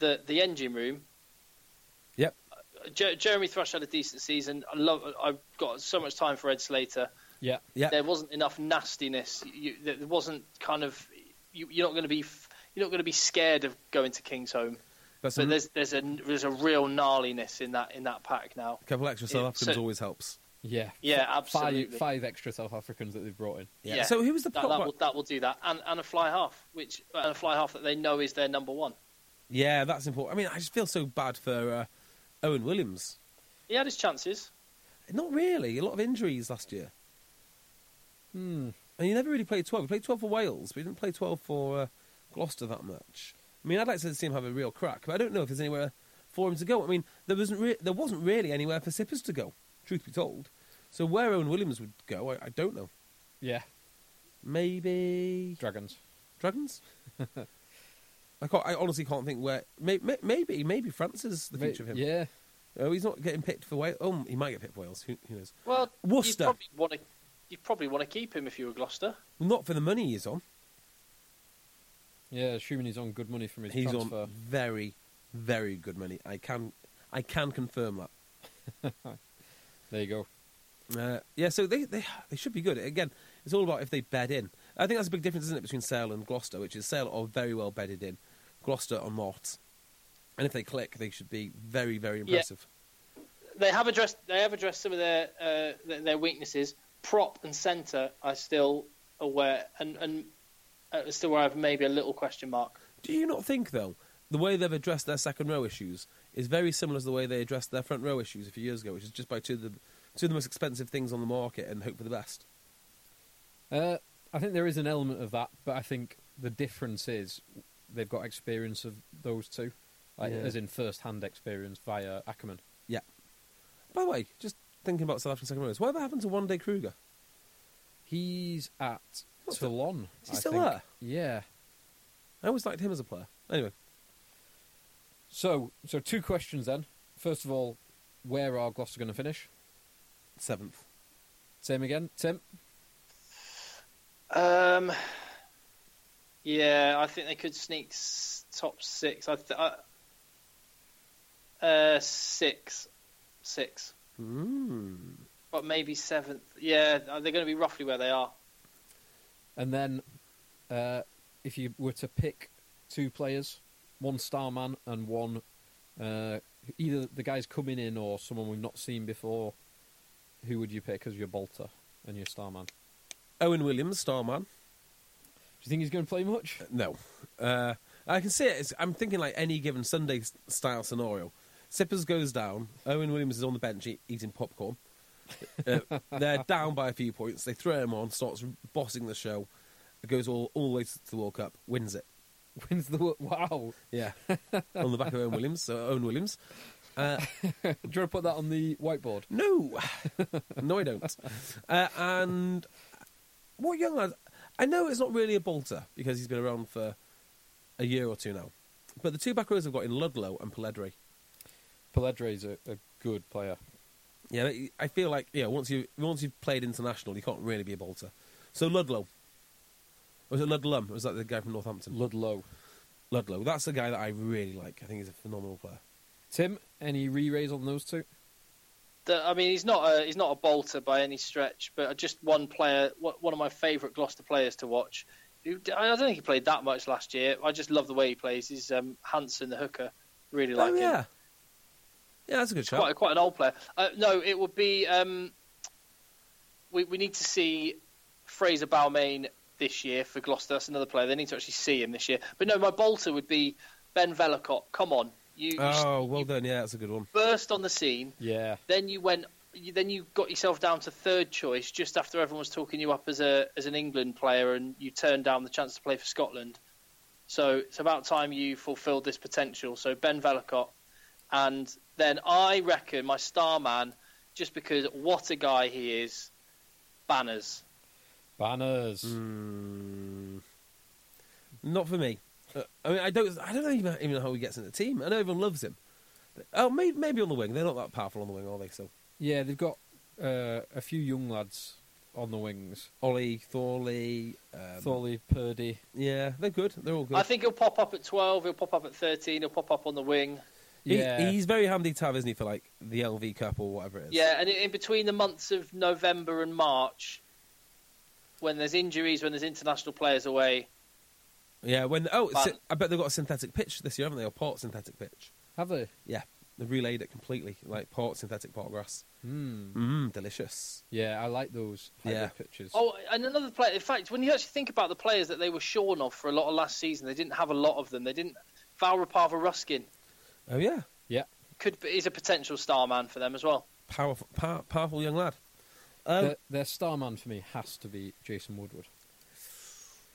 S3: The the engine room. Uh,
S1: yep.
S3: Jer- Jeremy Thrush had a decent season. I love. I've got so much time for Ed Slater.
S2: Yeah.
S1: Yeah,
S3: There wasn't enough nastiness. You, there there wasn't kind of. You, you're not going to be. f- You're not going to be scared of going to King's Home.
S1: that's
S3: But
S1: a
S3: there's there's a there's a real gnarliness in that in that pack now.
S1: couple extra South
S3: Yeah,
S1: Africans
S3: so-
S1: always helps.
S2: Yeah.
S3: Yeah,
S2: Five,
S3: absolutely.
S2: five extra South Africans that they've brought in.
S1: Yeah. So who was the
S3: that,
S1: prop
S3: that
S1: back-
S3: will, that will do that, and and a fly half, which and a fly half that they know is their number one.
S1: Yeah, that's important. I mean, I just feel so bad for uh, Owen Williams.
S3: He had his chances.
S1: Not really. A lot of injuries last year,
S2: Hmm.
S1: and he never really played twelve. He played twelve for Wales, but he didn't play twelve for uh, Gloucester that much. I mean, I'd like to see him have a real crack, but I don't know if there's anywhere for him to go. I mean, there wasn't re- there wasn't really anywhere for Sippers to go, truth be told. So where Owen Williams would go, I, I don't know.
S2: Yeah.
S1: Maybe
S2: Dragons.
S1: Dragons. I can't. I honestly can't think where. May, may, maybe maybe France is the
S2: Ma-
S1: future of him.
S2: Yeah.
S1: Oh, he's not getting picked for Wales. Oh, he might get picked for Wales. Who, who knows?
S3: Well,
S1: Worcester.
S3: You'd probably want to, you'd probably want to keep him if you were Gloucester.
S1: Not for the money he's on.
S2: Yeah. Assuming he's on good money from his
S1: He's
S2: transfer.
S1: on very, very good money. I can, I can confirm that.
S2: There you go.
S1: Uh, yeah, so they, they they should be good. Again, it's all about if they bed in. I think that's a big difference, isn't it, between Sale and Gloucester, which is Sale are very well bedded in, Gloucester are not. And if they click, they should be very, very impressive.
S3: They have addressed they have addressed some of their uh, their, their weaknesses. Prop and centre are still aware and and uh, still where I have maybe a little question mark.
S1: Do you not think though the way they've addressed their second row issues is very similar to the way they addressed their front row issues a few years ago, which is just by two of the two of the most expensive things on the market and hope for the best.
S2: Uh, I think there is an element of that, but I think the difference is they've got experience of those two, like,
S1: Yeah.
S2: as in first-hand experience via Ackerman.
S1: Yeah. By the way, just thinking about South African second rows, whatever happened to One Day Kruger?
S2: He's at
S1: What's the-
S2: Toulon.
S1: Is he
S2: I
S1: still
S2: think.
S1: there?
S2: Yeah.
S1: I always liked him as a player. Anyway,
S2: So, so two questions then. First of all, where are Gloucester going to finish?
S1: seventh.
S2: Same again, Tim.
S3: Um, yeah, I think they could sneak s- top six. I, th- I uh six, six,
S1: Mm.
S3: but maybe seventh. Yeah, they're going to be roughly where they are.
S2: And then, uh, if you were to pick two players, one star man and one, uh, either the guys coming in or someone we've not seen before, who would you pick as your bolter and your star man? Do
S1: Owen Williams, Starman.
S2: you think he's going to play much?
S1: No. Uh, I can see it. It's, I'm thinking like any given Sunday s- style scenario. Sippers goes down. Owen Williams is on the bench e- eating popcorn. Uh, they're down by a few points. They throw him on, starts bossing the show, goes all, all the way to the World Cup, wins it.
S2: Wins the wo- wow.
S1: Yeah, on the back of Owen Williams. So Owen Williams. Uh,
S2: Do you want to put that on the whiteboard?
S1: no, no, I don't. Uh, and what young lad? I know it's not really a bolter because he's been around for a year or two now. But the two back rows I've got in Ludlow and Paledri.
S2: Paledre's a, a good player.
S1: Yeah, they- I feel like yeah. Once you once you've played international, you can't really be a bolter. So Ludlow. Was it Ludlum? Was that the guy from Northampton?
S2: Ludlow.
S1: Ludlow. That's the guy that I really like. I think he's a phenomenal player.
S2: Tim, any re-raise on those two?
S3: The, I mean, he's not a he's not a bolter by any stretch, but just one player, one one of my favourite Gloucester players to watch. Who I don't think he played that much last year. I just love the way he plays. He's um, Hanson, the hooker. Really like
S1: oh
S3: him.
S1: yeah, yeah, that's a good shot.
S3: quite quite an old player. Uh, no, it would be. Um, we we need to see Fraser Balmain this year for Gloucester. That's another player. They need to actually see him this year. But no, my bolter would be Ben Velikot. Come on, you, you s-
S1: Oh, well done. Yeah, that's a good one.
S3: burst on the scene.
S2: Yeah.
S3: Then you went. You, then you got yourself down to third choice just after everyone was talking you up as a as an England player, and you turned down the chance to play for Scotland. So it's about time you fulfilled this potential. So Ben Velikot, and then I reckon my star man, just because what a guy he is, Banners.
S2: Banners.
S1: Mm. Not for me. Uh, I mean, I don't. I don't know even, even how he gets in the team. I know everyone loves him. Oh, maybe, maybe on the wing. They're not that powerful on the wing, are they? So
S2: Yeah, they've got uh, a few young lads on the wings.
S1: Ollie, Thorley, um,
S2: Thorley, Purdy.
S1: yeah, they're good. They're all good.
S3: I think he'll pop up at twelve. He'll pop up at thirteen. He'll pop up on the wing.
S1: He-
S2: Yeah.
S1: he's very handy to have, isn't he, for like the LV Cup or whatever it is.
S3: Yeah, and in between the months of November and March, when there's injuries, when there's international players away,
S1: yeah. When oh,
S3: But-
S1: sy- I bet they've got a synthetic pitch this year, haven't they? Or part synthetic pitch.
S2: Have they?
S1: Yeah, they've relayed it completely, like part synthetic, part grass.
S2: Hmm.
S1: Mmm, delicious.
S2: Yeah, I like those hybrid
S1: Yeah.
S2: pitches.
S3: Oh, and another player. In fact, when you actually think about the players that they were shorn of for a lot of last season, they didn't have a lot of them. They didn't. Valrapava Ruskin
S1: Oh yeah,
S2: Yeah.
S3: could be, is a potential star man for them as well.
S1: powerful, pow- powerful young lad. Um,
S2: their, their star man for me has to be Jason Woodward.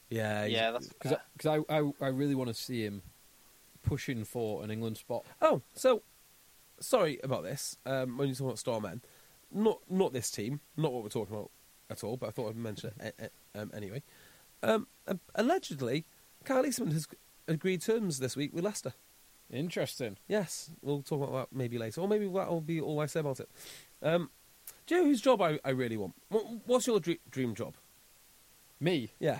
S1: yeah, he's-
S3: yeah, that's
S2: Because I, I, I really want to see him pushing for an England spot.
S1: Oh, so sorry about this. Um, when you talk about Starman, not not this team, not what we're talking about at all. But I thought I'd mention it a- a- um, anyway. Um, a- allegedly, Kyle Eastman has agreed terms this week with Leicester.
S2: Interesting.
S1: Yes, we'll talk about that maybe later, or maybe that'll be all I say about it. Um, do you know whose job I, I really want? What, what's your dre- dream job?
S2: Me?
S1: Yeah,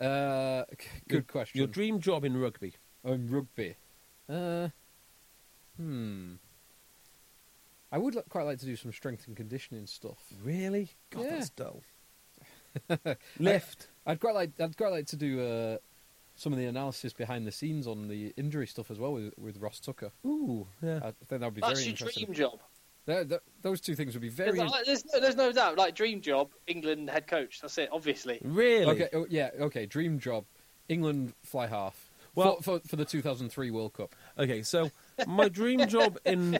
S2: Uh, c- good
S1: Your-
S2: question.
S1: Your dream job in rugby.
S2: Oh, in rugby. Uh, hmm. I would li- quite like to do some strength and conditioning stuff.
S1: Really? God,
S2: Yeah.
S1: that's dull. Lift.
S2: I'd quite like I'd quite like to do uh, some of the analysis behind the scenes on the injury stuff as well with, with Ross Tucker.
S1: Ooh, yeah.
S2: I think that would be
S3: that's
S2: very
S3: your
S2: interesting.
S3: dream job.
S2: Th- th- those two things would be
S3: There's,
S2: very.
S3: like- there's no, there's no doubt. Like dream job, England head coach. That's it. Obviously,
S1: really?
S2: Okay, oh, yeah, okay. Dream job, England fly half.
S1: Well-
S2: Well, for, for, for the 2003 World Cup.
S1: Okay, so my dream job in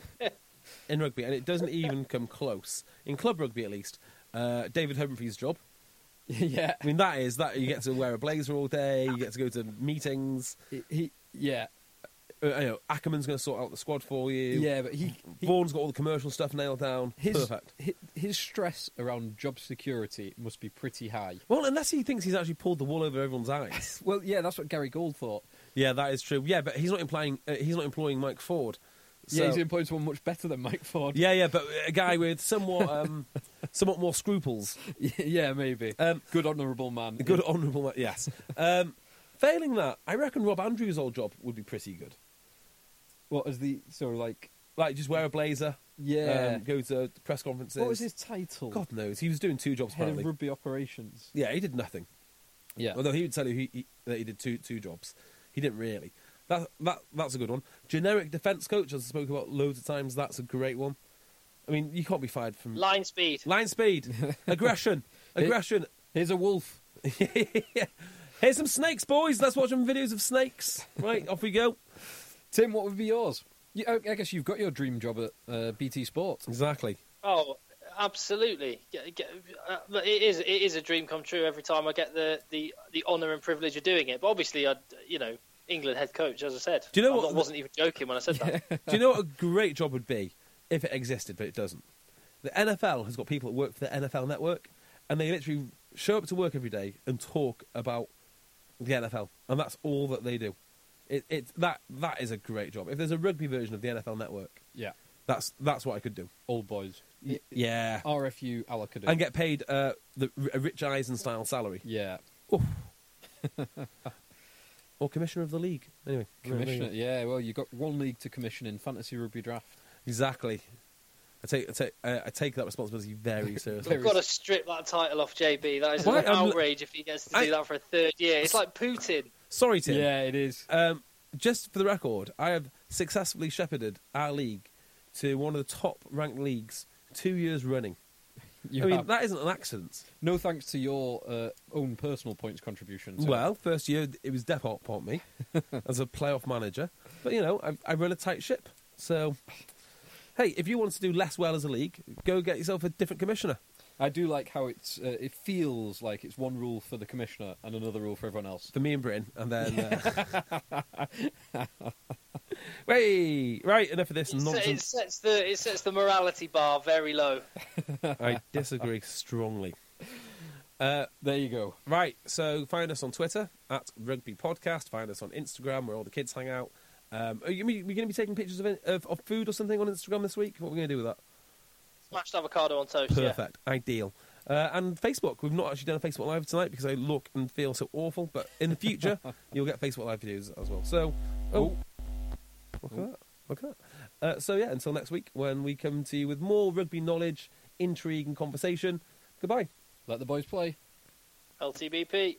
S1: in rugby, and it doesn't even come close in club rugby at least. Uh, David Humphrey's job.
S2: yeah,
S1: I mean, that is that you get to wear a blazer all day. You get to go to meetings.
S2: he, he- yeah,
S1: Uh, you know, Ackerman's going to sort out the squad for you.
S2: yeah. But he, he
S1: Vaughan's got all the commercial stuff nailed down.
S2: his,
S1: Perfect.
S2: his his stress around job security must be pretty high.
S1: Well, unless he thinks he's actually pulled the wool over everyone's eyes.
S2: Well, yeah, that's what Gary Gould thought.
S1: yeah, that is true. Yeah, but he's not implying uh, he's not employing Mike Ford. So,
S2: yeah, he's employed someone much better than Mike Ford.
S1: yeah, yeah, but a guy with somewhat um, somewhat more scruples.
S2: yeah, maybe.
S1: Um,
S2: good honourable man.
S1: A good honourable ma- yes. Um, failing that, I reckon Rob Andrews' old job would be pretty good.
S2: What was the sort of like?
S1: Like, just wear a blazer.
S2: Yeah.
S1: Um, go to press conferences.
S2: What was his title?
S1: God knows. He was doing two jobs,
S2: Head of
S1: apparently.
S2: rugby operations.
S1: yeah, he did nothing.
S2: Yeah.
S1: Although he would tell you he, he, that he did two two jobs. He didn't really. That, that That's a good one. Generic defence coach, as I spoke about loads of times, that's a great one. I mean, you can't be fired from.
S3: line speed.
S1: Line speed, aggression, aggression.
S2: Here's a wolf.
S1: Here's some snakes, boys. Let's watch some videos of snakes. Right, off we go.
S2: Tim, what would be yours? You, I I guess you've got your dream job at uh, BT Sport.
S1: Exactly.
S3: Oh, absolutely. Get- get- uh, but It is it is a dream come true every time I get the the, the honour and privilege of doing it. But obviously, I you know England head coach, as I said.
S1: Do you know
S3: I'm
S1: what
S3: not-
S1: the-
S3: wasn't even joking when I said that.
S1: Do you know what a great job would be if it existed, but it doesn't? The NFL has got people that work for the NFL network, and they literally show up to work every day and talk about the NFL, and that's all that they do. It, it, that, that is a great job. If there's a rugby version of the NFL network,
S2: Yeah,
S1: that's, that's what I could do.
S2: old boys.
S1: Yeah.
S2: RFU Alakadu.
S1: And get paid uh, the, a Rich Eisen style salary.
S2: yeah,
S1: Or commissioner of the league. Anyway.
S2: commissioner. Yeah, well, you got one league to commission in fantasy rugby draft.
S1: Exactly. I take, I take, uh, I take that responsibility very seriously.
S3: We've got to strip that title off JB. That is
S1: Why?
S3: an
S1: I'm-
S3: outrage if he gets to do
S1: I-
S3: that for a third year. It's like Putin.
S1: Sorry, Tim.
S2: Yeah, it is.
S1: Um, just for the record, I have successfully shepherded our league to one of the top ranked leagues two years running.
S2: You
S1: I mean,
S2: have-
S1: that isn't an accident.
S2: no thanks to your uh, own personal points contributions.
S1: Well, first year it was Depot upon me as a playoff manager, but you know I, I run a tight ship. So, hey, if you want to do less well as a league, go get yourself a different commissioner.
S2: I do like how it's. Uh, it feels like it's one rule for the commissioner and another rule for everyone else.
S1: for me and Britain, and then. Uh... Wait, right, enough of this
S3: It se- It
S1: nonsense.
S3: sets the it sets the morality bar very low.
S1: I disagree strongly.
S2: There you go.
S1: Right, so find us on Twitter at Rugby Podcast. Find us on Instagram where all the kids hang out. Um, are you, are going to be taking pictures of, of of food or something on Instagram this week? What are we going to do with that?
S3: Smashed avocado on toast. yeah.
S1: Perfect, ideal. Uh, and Facebook, we've not actually done a Facebook Live tonight because I look and feel so awful. But in the future, you'll get Facebook Live videos as well. So, oh, look at that, look at that. Uh, so yeah, until next week when we come to you with more rugby knowledge, intrigue, and conversation. Goodbye.
S2: Let the boys play.
S3: LTBP.